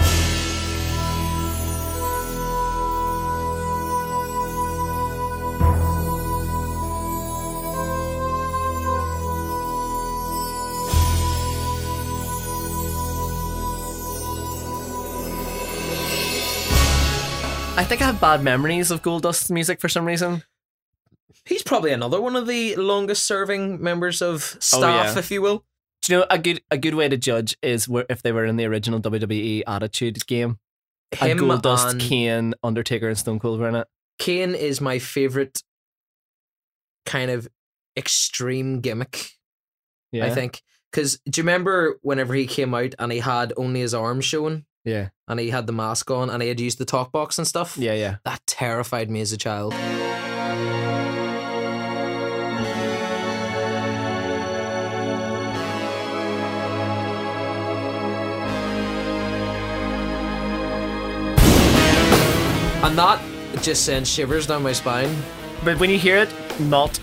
Speaker 1: I think I have bad memories of Gold Dust's music for some reason.
Speaker 2: He's probably another one of the longest serving members of staff,
Speaker 1: yeah.
Speaker 2: if you will.
Speaker 1: Do you know a good a good way to judge is where, if they were in the original WWE Attitude game?
Speaker 2: Him
Speaker 1: and Gold Dust,
Speaker 2: and-
Speaker 1: Kane, Undertaker, and Stone Cold were in it.
Speaker 2: Kane is my favorite kind of extreme gimmick,
Speaker 1: Yeah,
Speaker 2: I think. Because do you remember whenever he came out and he had only his arm showing
Speaker 1: Yeah,
Speaker 2: and he had the mask on and he had used the talk box and stuff?
Speaker 1: yeah, yeah.
Speaker 2: That terrified me as a child. And that just sends shivers down my spine
Speaker 1: But when you hear it, not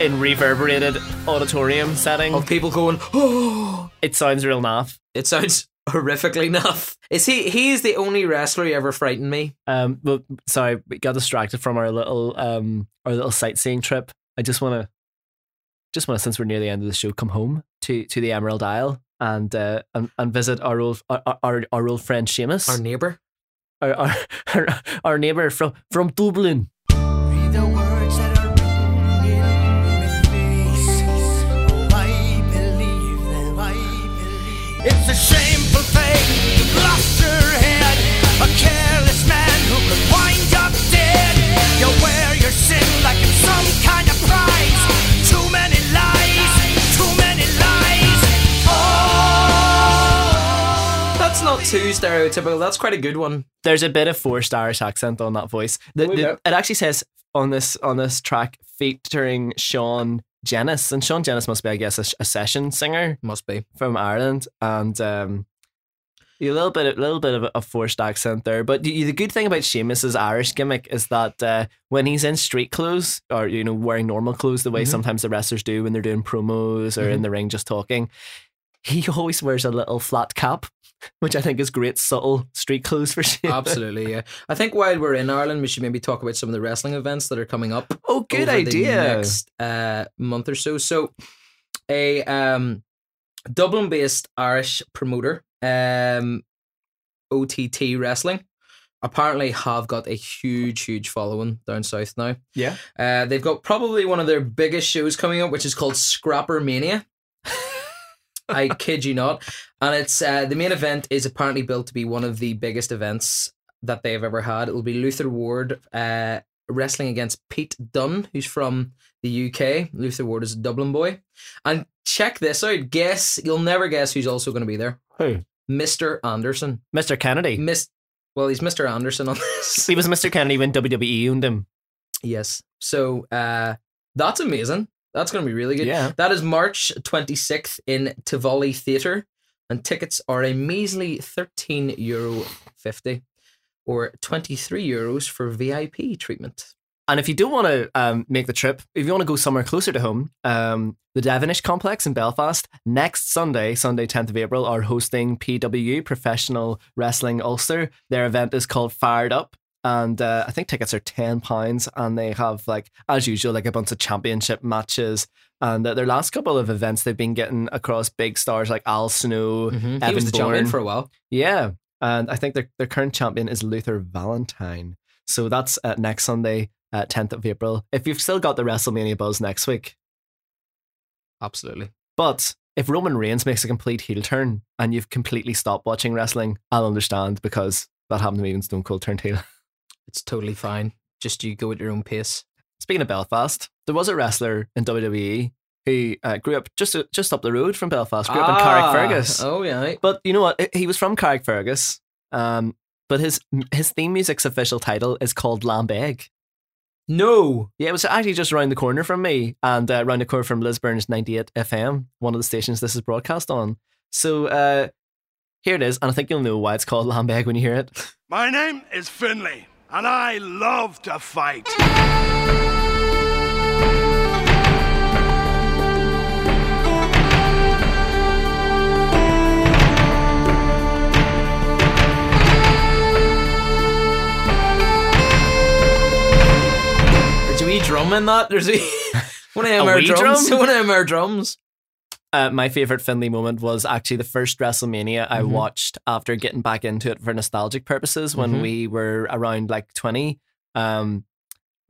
Speaker 1: in reverberated auditorium setting,
Speaker 2: of people going, oh,
Speaker 1: it sounds real naff.
Speaker 2: It sounds horrifically enough. Is he? He is the only wrestler who ever frightened me.
Speaker 1: Um, but sorry, we got distracted from our little um our little sightseeing trip. I just want to, just want to, since we're near the end of the show, come home to to the Emerald Isle and uh, and, and visit our old our our, our old friend Seamus,
Speaker 2: Our neighbor.
Speaker 1: our our, our, our neighbor from from Dublin.
Speaker 5: Oh, It's a shameful thing. You've lost your head. A careless man who could wind up dead. You wear your sin like it's some kind of prize. Too many lies. Too many lies. Oh.
Speaker 2: That's not too stereotypical. That's quite a good one.
Speaker 1: There's a bit of forced Irish accent on that voice. The,
Speaker 2: Oh,
Speaker 1: the-
Speaker 2: yeah.
Speaker 1: It actually says on this on this track featuring Sean Jenis, and Sean Jenis must be, I guess, a, a session singer.
Speaker 2: Must be.
Speaker 1: from Ireland, and um, a little bit, a little bit of a- a forced accent there. But the, the good thing about Seamus's Irish gimmick is that uh, when he's in street clothes or you know wearing normal clothes, the way
Speaker 2: Mhm.
Speaker 1: sometimes the wrestlers do when they're doing promos or
Speaker 2: Mm-hmm.
Speaker 1: in the ring just talking, he always wears a little flat cap, which I think is great subtle street clothes for Seamus.
Speaker 2: Absolutely, yeah. I think while we're in Ireland, we should maybe talk about some of the wrestling events that are coming up.
Speaker 1: Oh, good
Speaker 2: over
Speaker 1: idea.
Speaker 2: The next uh, month or so. So, a um, Dublin-based Irish promoter, um, OTT Wrestling, apparently have got a huge, huge following down south now.
Speaker 1: Yeah.
Speaker 2: Uh, they've got probably one of their biggest shows coming up, which is called Scrapper Mania. I kid you not. And it's uh, the main event is apparently built to be one of the biggest events that they have ever had. It will be Luther Ward uh, wrestling against Pete Dunne, who's from the UK. Luther Ward is a Dublin boy. And check this out. Guess you'll never guess who's also going to be there.
Speaker 1: Who?
Speaker 2: Mr. Anderson.
Speaker 1: Mr. Kennedy.
Speaker 2: Miss. Well, he's Mr. Anderson on this.
Speaker 1: He was Mr. Kennedy when WWE owned him.
Speaker 2: Yes. So uh, that's amazing. That's going to be really good.
Speaker 1: Yeah.
Speaker 2: That is March 26th in Tivoli Theatre, and tickets are a measly 13 euro 50 or 23 euros for VIP treatment.
Speaker 1: And if you do want to um, make the trip, if you want to go somewhere closer to home, um, the Davenish Complex in Belfast next Sunday, Sunday 10th of April, are hosting PWU Professional Wrestling Ulster. Their event is called Fired Up. And uh, I think tickets are ten pounds, and they have like, as usual, like a bunch of championship matches. And uh, their last couple of events, they've been getting across big stars like Al Snow,
Speaker 2: Mhm.
Speaker 1: Mm-hmm. Evan
Speaker 2: he was the champion
Speaker 1: Bourne.
Speaker 2: for a while.
Speaker 1: Yeah, and I think their their current champion is Luther Valentine. So that's uh, next Sunday, uh, tenth of April. If you've still got the WrestleMania buzz next week,
Speaker 2: Absolutely.
Speaker 1: but if Roman Reigns makes a complete heel turn and you've completely stopped watching wrestling, I'll understand because that happened to me when Stone Cold turned heel.
Speaker 2: It's totally fine. Just you go at your own pace.
Speaker 1: Speaking of Belfast, there was a wrestler in WWE who uh, grew up just just up the road from Belfast. Grew up in
Speaker 2: Ah,
Speaker 1: Carrickfergus.
Speaker 2: Oh yeah. right.
Speaker 1: But you know what? He was from Carrickfergus. Um, but his his theme music's official title is called Lamb Egg.
Speaker 2: No.
Speaker 1: Yeah, it was actually just around the corner from me and uh, around the corner from Lisburn's 98 FM, one of the stations this is broadcast on. So uh, here it is, and I think you'll know why it's called Lamb Egg when you hear it.
Speaker 8: My name is Finley, and I love to fight.
Speaker 2: There's a wee drum in that. There's a one of them
Speaker 1: A
Speaker 2: are
Speaker 1: wee
Speaker 2: drums.
Speaker 1: drum?
Speaker 2: One of them are drums.
Speaker 1: Uh, my favorite Finley moment was actually the first WrestleMania I
Speaker 2: Mhm.
Speaker 1: watched after getting back into it for nostalgic purposes when
Speaker 2: Mhm.
Speaker 1: we were around like 20. Um,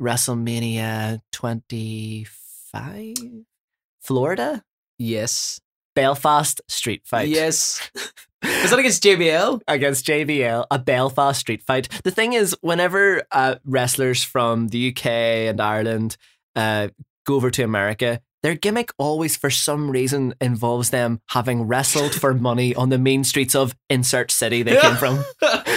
Speaker 1: WrestleMania 25? Florida?
Speaker 2: Yes.
Speaker 1: Belfast Street Fight.
Speaker 2: Yes. Is that against JBL?
Speaker 1: against JBL, a Belfast street fight. The thing is, whenever uh, wrestlers from the UK and Ireland uh, go over to America, their gimmick always, for some reason, involves them having wrestled for money on the main streets of insert city they came from.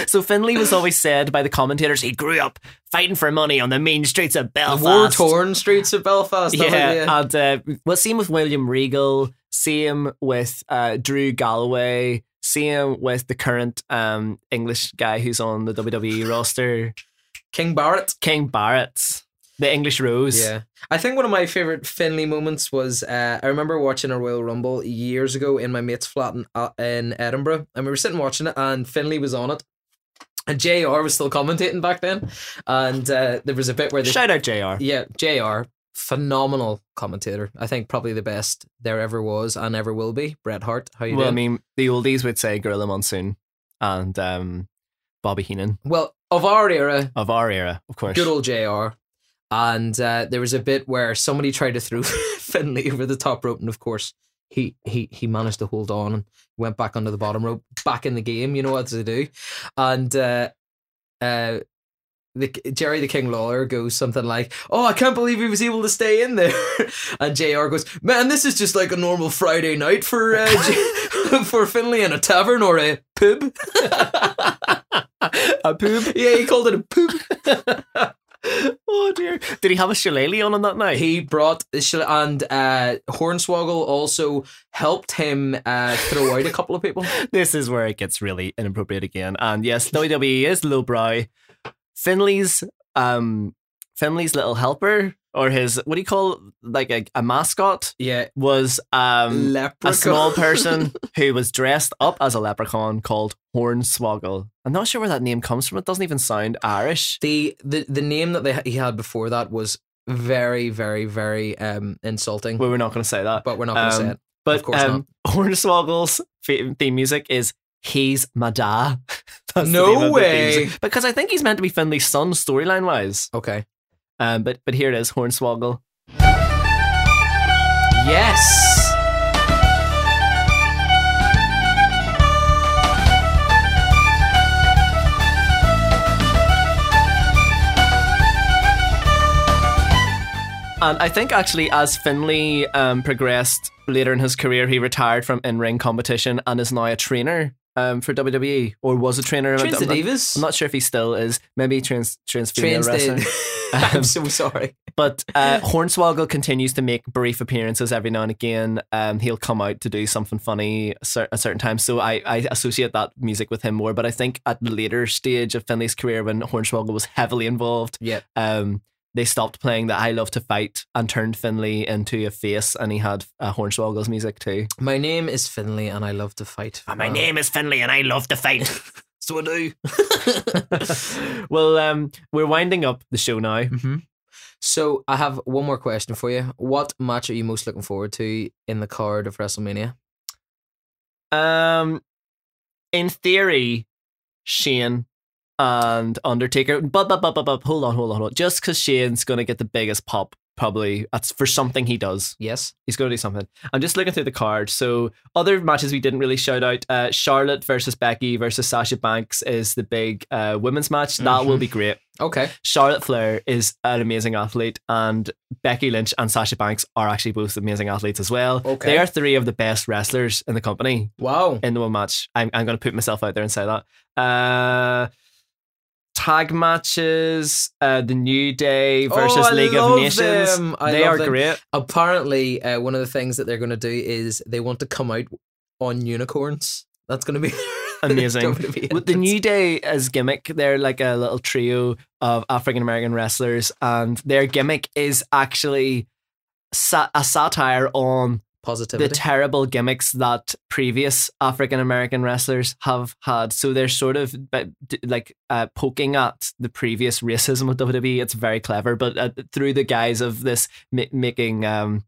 Speaker 1: So Finley was always said by the commentators he grew up fighting for money on the main streets of
Speaker 2: The
Speaker 1: Belfast.
Speaker 2: war torn streets of Belfast. that was it.
Speaker 1: Yeah, and uh, well, same with William Regal, same with uh, Drew Galloway, same with the current um, English guy who's on the WWE roster,
Speaker 2: King Barrett.
Speaker 1: King Barrett, the English Rose.
Speaker 2: Yeah. I think one of my favorite Finley moments was uh, I remember watching a Royal Rumble years ago in my mate's flat in, uh, in Edinburgh, and we were sitting watching it, and Finley was on it. And JR was still commentating back then. And uh, there was a bit where they.
Speaker 1: Shout out JR.
Speaker 2: Yeah, JR, phenomenal commentator. I think probably the best there ever was and ever will be. Bret Hart, how you
Speaker 1: Well, I
Speaker 2: doing?
Speaker 1: mean, the oldies would say Gorilla Monsoon and um, Bobby Heenan
Speaker 2: well, of our era,
Speaker 1: of our era, of course.
Speaker 2: good old JR. And uh, there was a bit where somebody tried to throw Finley over the top rope, and of course he he he managed to hold on and went back under the bottom rope, back in the game. You know what to do, and. Uh, uh, the, Jerry the King Lawler goes something like, "Oh, I can't believe he was able to stay in there," and Jr. goes, "Man, this is just like a normal Friday night for uh, J- for Finley in a tavern or a pub."
Speaker 1: a poop.
Speaker 2: yeah, he called it a pub.
Speaker 1: Oh dear! Did he have a shillelagh on on that night?
Speaker 2: He brought the shil- and uh, Hornswoggle also helped him uh, throw out a couple of people.
Speaker 1: this is where it gets really inappropriate again. And yes, WWE is lowbrow. Finley's um Finley's little helper or his what do you call like a, a mascot
Speaker 2: Yeah,
Speaker 1: was um
Speaker 2: leprechaun.
Speaker 1: a small person who was dressed up as a leprechaun called Hornswoggle. I'm not sure where that name comes from. It doesn't even sound Irish.
Speaker 2: The, the the name that they he had before that was very very very um insulting.
Speaker 1: Well, we're not going to say that.
Speaker 2: but we're not going to say
Speaker 1: um,
Speaker 2: it.
Speaker 1: But
Speaker 2: of course
Speaker 1: um, Hornswoggle's fa- theme music is "He's My Da." That's the
Speaker 2: No
Speaker 1: name of the theme
Speaker 2: way.
Speaker 1: music. Because I think he's meant to be Finley's son storyline wise.
Speaker 2: Okay.
Speaker 1: Um, but but here it is, Hornswoggle.
Speaker 2: Yes.
Speaker 1: And Um, I think actually, as Finley um, progressed later in his career, he retired from in-ring competition and is now a trainer um, for WWE, or was a trainer.
Speaker 2: Trains the
Speaker 1: I'm, not-
Speaker 2: divas.
Speaker 1: I'm not sure if he still is. Maybe he trains trains female
Speaker 2: Trains
Speaker 1: wrestling. Um,
Speaker 2: the. I'm so sorry.
Speaker 1: But uh, Hornswoggle continues to make brief appearances every now and again. Um, he'll come out to do something funny a, cer- a certain time. So I, I associate that music with him more. But I think at the later stage of Finley's career, when Hornswoggle was heavily involved,
Speaker 2: Yep.
Speaker 1: um, they stopped playing the I Love to Fight and turned Finley into a face, and he had uh, Hornswoggle's music too.
Speaker 2: My name is Finley, and I love to fight.
Speaker 1: And Ah, my name
Speaker 10: is Finley, and I love to fight.
Speaker 2: so I do.
Speaker 1: well, um, we're winding up the show now.
Speaker 2: So I have one more question for you. What match are you most looking forward to in the card of WrestleMania?
Speaker 1: Um, in theory, Shane and Undertaker. But but but but but hold on, hold on, hold on. Just because Shane's gonna get the biggest pop, probably that's for something he does.
Speaker 2: Yes.
Speaker 1: He's gonna do something. I'm just looking through the card. So other matches we didn't really shout out. Uh, Charlotte versus Becky versus Sasha Banks is the big uh, women's match. That will be great.
Speaker 2: Okay.
Speaker 1: Charlotte Flair is an amazing athlete, and Becky Lynch and Sasha Banks are actually both amazing athletes as well.
Speaker 2: Okay.
Speaker 1: They are three of the best wrestlers in the company
Speaker 2: Wow.
Speaker 1: in the one match. I'm, I'm going to put myself out there and say that. Uh, tag matches, uh, the New Day versus
Speaker 2: Oh, I
Speaker 1: League of
Speaker 2: love
Speaker 1: Nations.
Speaker 2: them. I
Speaker 1: They
Speaker 2: love
Speaker 1: are
Speaker 2: them.
Speaker 1: great.
Speaker 2: Apparently, uh, one of the things that they're going to do is they want to come out on unicorns. That's going to be
Speaker 1: Amazing.
Speaker 2: Gonna be
Speaker 1: With the New Day as gimmick, they're like a little trio of African American wrestlers, and their gimmick is actually sa- a satire on
Speaker 2: positivity.
Speaker 1: the terrible gimmicks that previous African American wrestlers have had. So they're sort of but, d- like uh, poking at the previous racism of WWE. It's very clever, but uh, through the guise of this ma- making. Um,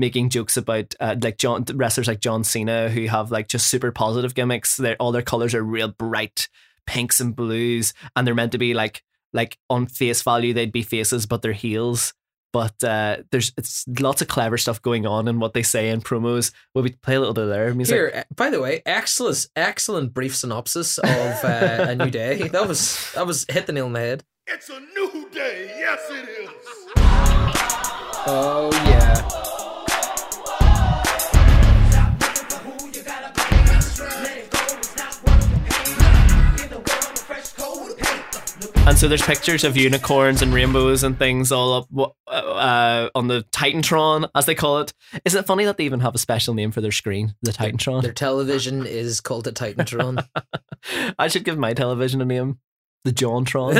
Speaker 1: Making jokes about uh, like John wrestlers like John Cena who have like just super positive gimmicks. They're, all their colors are real bright pinks and blues, and they're meant to be like like on face value they'd be faces, but they're heels but uh, there's it's lots of clever stuff going on and what they say in promos. Will we play a little bit of their music?
Speaker 2: Here, uh, by the way, excellent, excellent brief synopsis of uh, a new day. That was that was hit the nail on the head.
Speaker 9: It's a new day. Yes, it is.
Speaker 2: Oh yeah.
Speaker 1: And so there's pictures of unicorns and rainbows and things all up wa- uh, on the Titantron, as they call it. Isn't it funny that they even have a special name for their screen, the Titantron?
Speaker 2: Their television is called a Titantron.
Speaker 1: I should give my television a name, the Johntron.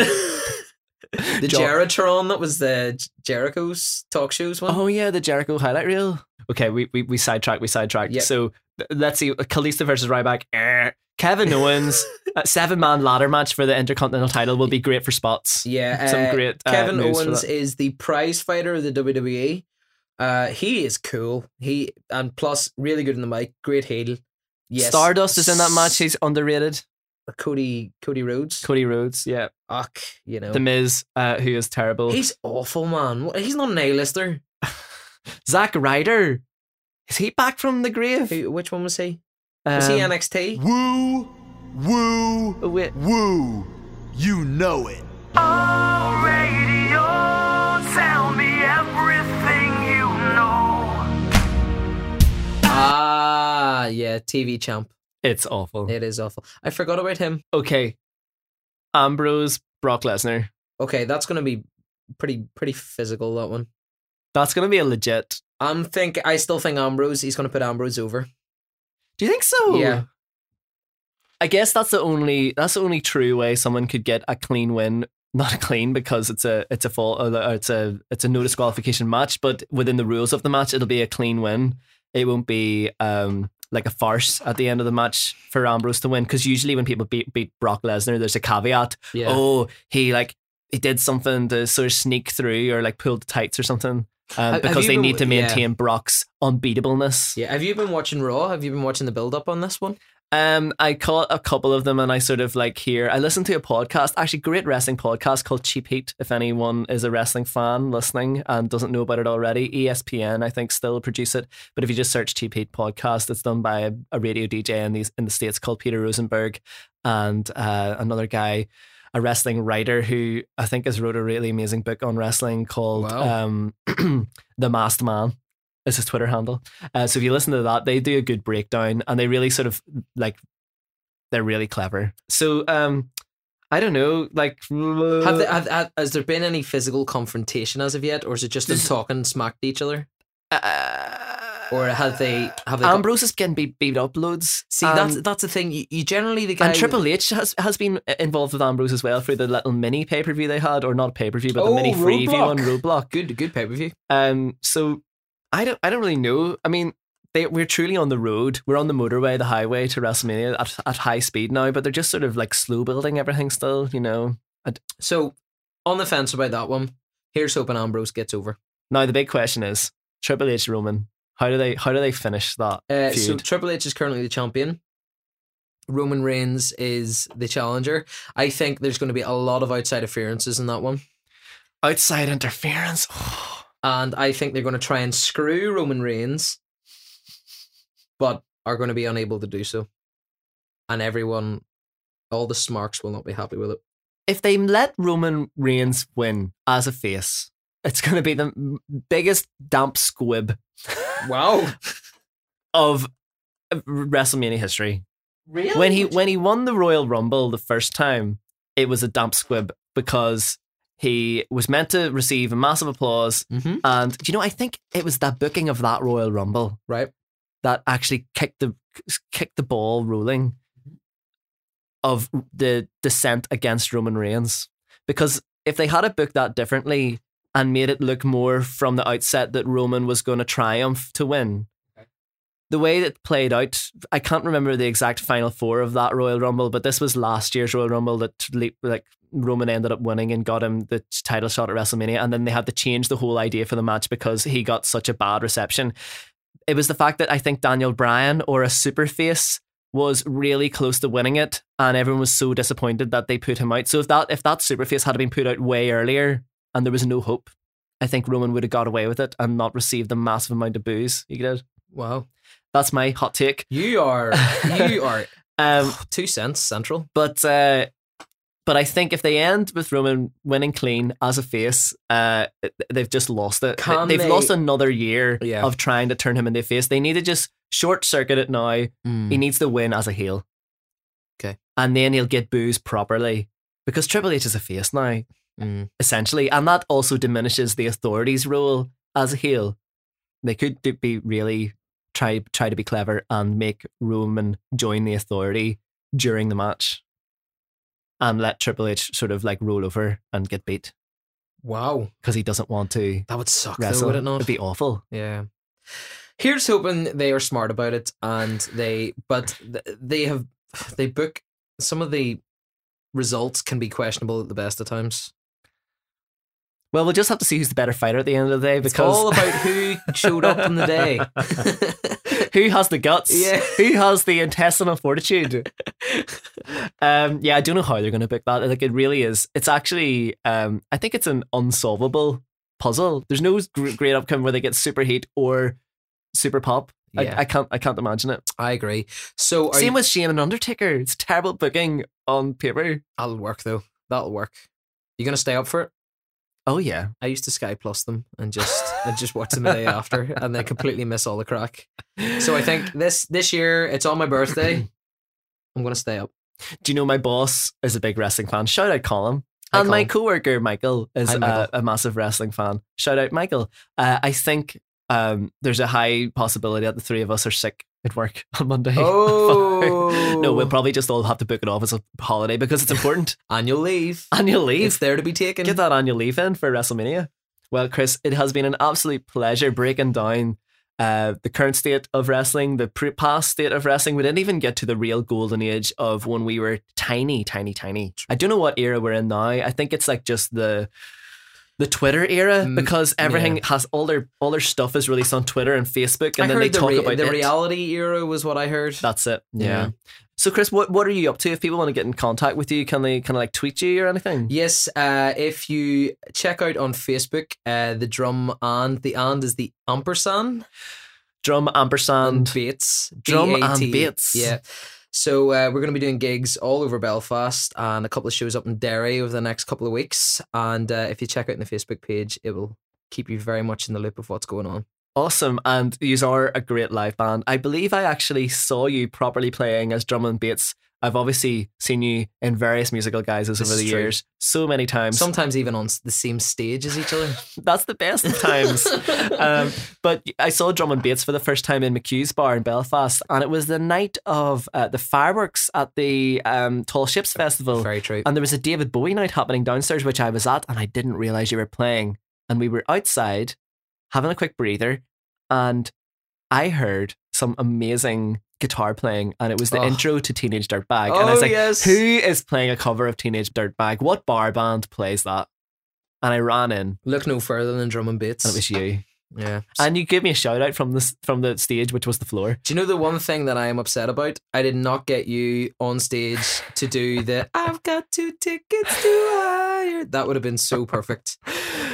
Speaker 2: The
Speaker 1: John-
Speaker 2: Jeratron that was the Jericho's talk shows one.
Speaker 1: oh yeah, the Jericho highlight reel. Okay, we we we sidetracked. We sidetracked.
Speaker 2: Yep.
Speaker 1: So th- let's see, Kalista versus Ryback. Eh. Kevin Owens, a seven man ladder match for the Intercontinental title will be great for spots.
Speaker 2: Yeah,
Speaker 1: Some
Speaker 2: uh,
Speaker 1: great, uh,
Speaker 2: Kevin
Speaker 1: moves for
Speaker 2: Owens
Speaker 1: that.
Speaker 2: is the prize fighter of the WWE. Uh, he is cool. He and plus really good in the mic, great heel. Yes, uh,
Speaker 1: Stardust is in that match. He's underrated.
Speaker 2: Cody Cody Rhodes.
Speaker 1: Cody Rhodes, yeah.
Speaker 2: Fuck, you know
Speaker 1: The Miz, uh, who is terrible.
Speaker 2: he's awful, man. What- He's not an A-lister.
Speaker 1: Zack Ryder. Is he back from the grave?
Speaker 2: Who, which one was he? Was he
Speaker 1: Um,
Speaker 2: NXT?
Speaker 8: Woo, woo,
Speaker 1: wait.
Speaker 8: woo. You know it.
Speaker 5: radio, tell me everything you know.
Speaker 2: Ah, yeah, TV champ.
Speaker 1: It's awful.
Speaker 2: It is awful. I forgot about him.
Speaker 1: Okay. Ambrose, Brock Lesnar.
Speaker 2: Okay, that's gonna be pretty pretty physical. That one.
Speaker 1: That's going to be a legit.
Speaker 2: I'm think I still think Ambrose. He's gonna put Ambrose over.
Speaker 1: Do you think so?
Speaker 2: Yeah.
Speaker 1: I guess that's the only that's the only true way someone could get a clean win. Not a clean because it's a it's a fall or it's a it's a no disqualification match, but within the rules of the match, it'll be a clean win. It won't be um like a farce at the end of the match for Ambrose to win because usually when people beat beat Brock Lesnar, there's a caveat.
Speaker 2: Yeah.
Speaker 1: Oh, he like he did something to sort of sneak through or like pulled the tights or something. Um,
Speaker 2: have
Speaker 1: because they
Speaker 2: you been-
Speaker 1: need to
Speaker 2: yeah.
Speaker 1: maintain Brock's unbeatableness.
Speaker 2: Yeah, have you been watching Raw? Have you been watching the build up on this one?
Speaker 1: Um, I caught a couple of them, and I sort of like hear. I listened to a podcast, actually great wrestling podcast called Cheap Heat. If anyone is a wrestling fan listening and doesn't know about it already, E ESPN I think still produce it. But if you just search Cheap Heat podcast, it's done by a, a radio DJ in these in the states called Peter Rosenberg, and uh, another guy, a wrestling writer who I think has wrote a really amazing book on wrestling called
Speaker 2: Wow.
Speaker 1: um, The Masked Man. Is his Twitter handle. Uh, so if you listen to that, they do a good breakdown and they really sort of like they're really clever. So um I don't know, like Uh,
Speaker 2: Have, they, have, have has there been any physical confrontation as of yet, or is it just them
Speaker 1: This-
Speaker 2: talking smack to each other?
Speaker 1: uh,
Speaker 2: or have they have they got-
Speaker 1: Ambrose is getting beat, beat up loads.
Speaker 2: See, that's
Speaker 1: and-
Speaker 2: that's the thing. You, you generally the guy
Speaker 1: and Triple H has, has been involved with Ambrose as well through the little mini pay per view they had, or not pay per view, but the
Speaker 2: Oh,
Speaker 1: mini free view on
Speaker 2: Roadblock.
Speaker 1: Roadblock.
Speaker 2: Good good pay per view.
Speaker 1: Um, so I don't I don't really know. I mean, they we're truly on the road. We're on the motorway, the highway to WrestleMania at, at high speed now, but they're just sort of like slow building everything still. You know.
Speaker 2: So on the fence about that one. Here's hoping Ambrose gets over.
Speaker 1: Now the big question is Triple H Roman. How do they how do they finish that
Speaker 2: Uh, so
Speaker 1: feud?
Speaker 2: Triple H is currently the champion. Roman Reigns is the challenger. I think there's going to be a lot of outside interferences in that one.
Speaker 1: Outside interference.
Speaker 2: and I think they're going to try and screw Roman Reigns, but are going to be unable to do so. And everyone, all the smarks will not be happy with it.
Speaker 1: if they let Roman Reigns win as a face, it's going to be the m- biggest damp squib
Speaker 2: Wow.
Speaker 1: of WrestleMania history. Really? When he when he won the Royal Rumble the first time, it was a damp squib because he was meant to receive a massive applause.
Speaker 2: Mhm.
Speaker 1: And do you know, I think it was that booking of that Royal Rumble
Speaker 2: Right.
Speaker 1: that actually kicked the kicked the ball rolling of the dissent against Roman Reigns. Because if they had it booked that differently and made it look more from the outset that Roman was going to triumph to win, the way that played out, I can't remember the exact final four of that Royal Rumble, but this was last year's Royal Rumble that le- like Roman ended up winning and got him the title shot at WrestleMania, and then they had to change the whole idea for the match because he got such a bad reception. It was the fact that I think Daniel Bryan or a superface was really close to winning it, and everyone was so disappointed that they put him out. So if that if that superface had been put out way earlier and there was no hope, I think Roman would have got away with it and not received the massive amount of booze he did.
Speaker 2: Wow.
Speaker 1: That's my hot take.
Speaker 2: You are, you are
Speaker 1: Um,
Speaker 2: two cents central.
Speaker 1: but uh, but I think if they end with Roman winning clean as a face, uh, they've just lost it.
Speaker 2: Can
Speaker 1: they've
Speaker 2: they-
Speaker 1: lost another year
Speaker 2: Yeah.
Speaker 1: of trying to turn him into a face. They need to just short circuit it now. He needs to win as a heel.
Speaker 2: Mm. Okay.
Speaker 1: And then he'll get booze properly because Triple H is a face now,
Speaker 2: Mm.
Speaker 1: essentially, and that also diminishes the authorities' role as a heel. They could do- be really try try to be clever and make Roman join the authority during the match, and let Triple H sort of like roll over and get beat
Speaker 2: Wow.
Speaker 1: because he doesn't want to
Speaker 2: That would suck, though,
Speaker 1: wrestle.
Speaker 2: would it not?
Speaker 1: It'd be awful.
Speaker 2: Yeah. Here's hoping they are smart about it and they, but th- they have, they book some of the results can be questionable at the best of times.
Speaker 1: Well, we'll just have to see who's the better fighter at the end of the day because
Speaker 2: It's all about who showed up on the day.
Speaker 1: who has the guts?
Speaker 2: Yeah.
Speaker 1: Who has the intestinal fortitude? um, yeah, I don't know how they're going to pick that. Like, it really is. It's actually, um, I think it's an unsolvable puzzle. There's no gr- great outcome where they get super heat or super pop.
Speaker 2: Yeah.
Speaker 1: I, I can't. I can't imagine it.
Speaker 2: I agree. So are
Speaker 1: Same
Speaker 2: you,
Speaker 1: with Shane and Undertaker. It's terrible booking on paper.
Speaker 2: that'll work though. That'll work. You gonna stay up for it?
Speaker 1: Oh yeah.
Speaker 2: I used to Sky Plus them and just and just watch them the day after, and they completely miss all the crack. So I think this this year it's on my birthday. I'm gonna stay up.
Speaker 1: Do you know my boss is a big wrestling fan? Shout out Colin.
Speaker 2: Hi,
Speaker 1: and my
Speaker 2: Colin.
Speaker 1: coworker Michael is
Speaker 2: Hi,
Speaker 1: a-
Speaker 2: Michael.
Speaker 1: A, massive wrestling fan. Shout out Michael. Uh, I think um, there's a high possibility that the three of us are sick at work on Monday.
Speaker 2: Oh
Speaker 1: no, we'll probably just all have to book it off as a holiday because it's important.
Speaker 2: annual leave.
Speaker 1: annual leave.
Speaker 2: It's there to be taken.
Speaker 1: Get that annual leave in for WrestleMania. Well, Chris, it has been an absolute pleasure breaking down uh, the current state of wrestling, the pre- past state of wrestling. We didn't even get to the real golden age of when we were tiny, tiny, tiny. I don't know what era we're in now. I think it's like just the the Twitter era
Speaker 2: Mm,
Speaker 1: because everything has all their all their stuff is released on Twitter and Facebook, and
Speaker 2: I
Speaker 1: then
Speaker 2: heard
Speaker 1: they
Speaker 2: the
Speaker 1: talk
Speaker 2: re-
Speaker 1: about
Speaker 2: the
Speaker 1: it.
Speaker 2: reality era was what I heard.
Speaker 1: That's it. Yeah.
Speaker 2: Yeah.
Speaker 1: So, Chris, what what are you up to? If people want to get in contact with you, can they can I like tweet you or anything?
Speaker 2: Yes, uh, if you check out on Facebook, uh, the drum and the and is the ampersand
Speaker 1: Drum ampersand.
Speaker 2: and beats
Speaker 1: Mm. Drum and
Speaker 2: B A T.
Speaker 1: Bates.
Speaker 2: Yeah. So uh, we're going to be doing gigs all over Belfast and a couple of shows up in Derry over the next couple of weeks. And uh, if you check out in the Facebook page, it will keep you very much in the loop of what's going on.
Speaker 1: Awesome. And you are a great live band. I believe I actually saw you properly playing as drum and bass. I've obviously seen you in various musical guises
Speaker 2: This
Speaker 1: over
Speaker 2: is
Speaker 1: the
Speaker 2: true.
Speaker 1: years so many times.
Speaker 2: Sometimes even on s- the same stage as each other.
Speaker 1: That's the best of times. um, but I saw drum and bass for the first time in McHugh's Bar in Belfast, and it was the night of uh, the fireworks at the um, Tall Ships Festival.
Speaker 2: Very true.
Speaker 1: And there was a David Bowie night happening downstairs, which I was at, and I didn't realize you were playing. And we were outside having a quick breather, and I heard some amazing guitar playing, and it was the
Speaker 2: Oh.
Speaker 1: intro to Teenage Dirtbag. and I was
Speaker 2: Oh,
Speaker 1: like,
Speaker 2: yes.
Speaker 1: who is playing a cover of Teenage Dirtbag? What bar band plays that? And I ran in, and
Speaker 2: Look no further than drum and bass.
Speaker 1: it was you.
Speaker 2: Yeah.
Speaker 1: And you gave me a shout out from this from the stage, which was the floor.
Speaker 2: Do you know the one thing that I am upset about? I did not get you on stage to do the I've got two tickets to hire. That would have been so perfect.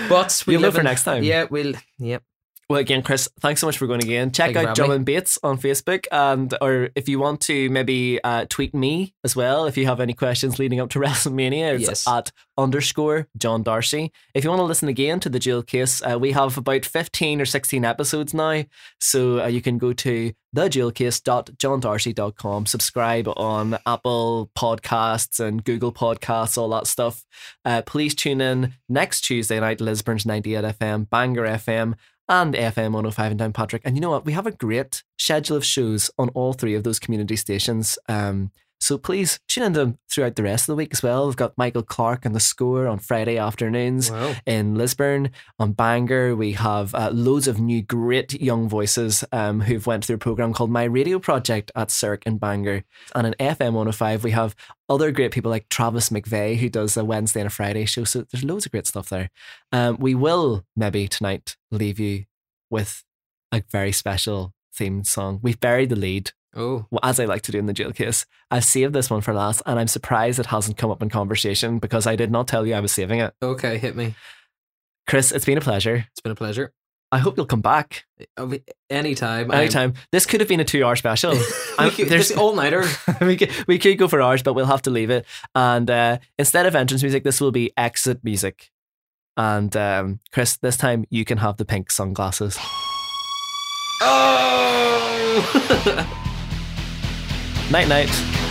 Speaker 2: But we
Speaker 1: You'll know
Speaker 2: live
Speaker 1: for
Speaker 2: in-
Speaker 1: next time.
Speaker 2: Yeah, we'll. Yep.
Speaker 1: Well, again, Chris, thanks so much for going again. Check
Speaker 2: Thank you for
Speaker 1: out
Speaker 2: having
Speaker 1: Drum
Speaker 2: me.
Speaker 1: and Bates on Facebook, and or if you want to, maybe uh, tweet me as well if you have any questions leading up to WrestleMania. It's
Speaker 2: Yes.
Speaker 1: at underscore John Darcy. If you want to listen again to the Jewel Case, uh, we have about fifteen or sixteen episodes now, so uh, you can go to thejewelcase.johndarcy.com, subscribe on Apple Podcasts and Google Podcasts, all that stuff. Uh, please tune in next Tuesday night, Lisburn's 98 FM, Bangor FM, and FM 105 in Downpatrick. And you know what? We have a great schedule of shows on all three of those community stations. Um, so please tune in to them throughout the rest of the week as well. We've got Michael Clark and The Score on Friday afternoons
Speaker 2: Wow.
Speaker 1: in Lisburn. On Bangor, we have uh, loads of new great young voices um, who've went through a program called My Radio Project at Cirque in Bangor. And in FM 105, we have other great people like Travis McVeigh, who does a Wednesday and a Friday show. So there's loads of great stuff there. Um, we will maybe tonight leave you with a very special themed song. We've buried the lead
Speaker 2: Oh.
Speaker 1: well, as I like to do in the jail case, I've saved this one for last, and I'm surprised it hasn't come up in conversation because I did not tell you I was saving it.
Speaker 2: Okay, hit me.
Speaker 1: Chris, it's been a pleasure.
Speaker 2: It's been a pleasure.
Speaker 1: I hope you'll come back
Speaker 2: Of- Anytime. I'm-
Speaker 1: anytime. This could have been a two-hour special.
Speaker 2: We
Speaker 1: I'm-
Speaker 2: could-
Speaker 1: there's-
Speaker 2: There's all nighter.
Speaker 1: we, could, we could go for hours, but we'll have to leave it. And uh, instead of entrance music, this will be exit music. And um, Chris, this time you can have the pink sunglasses.
Speaker 2: Oh!
Speaker 1: Night night.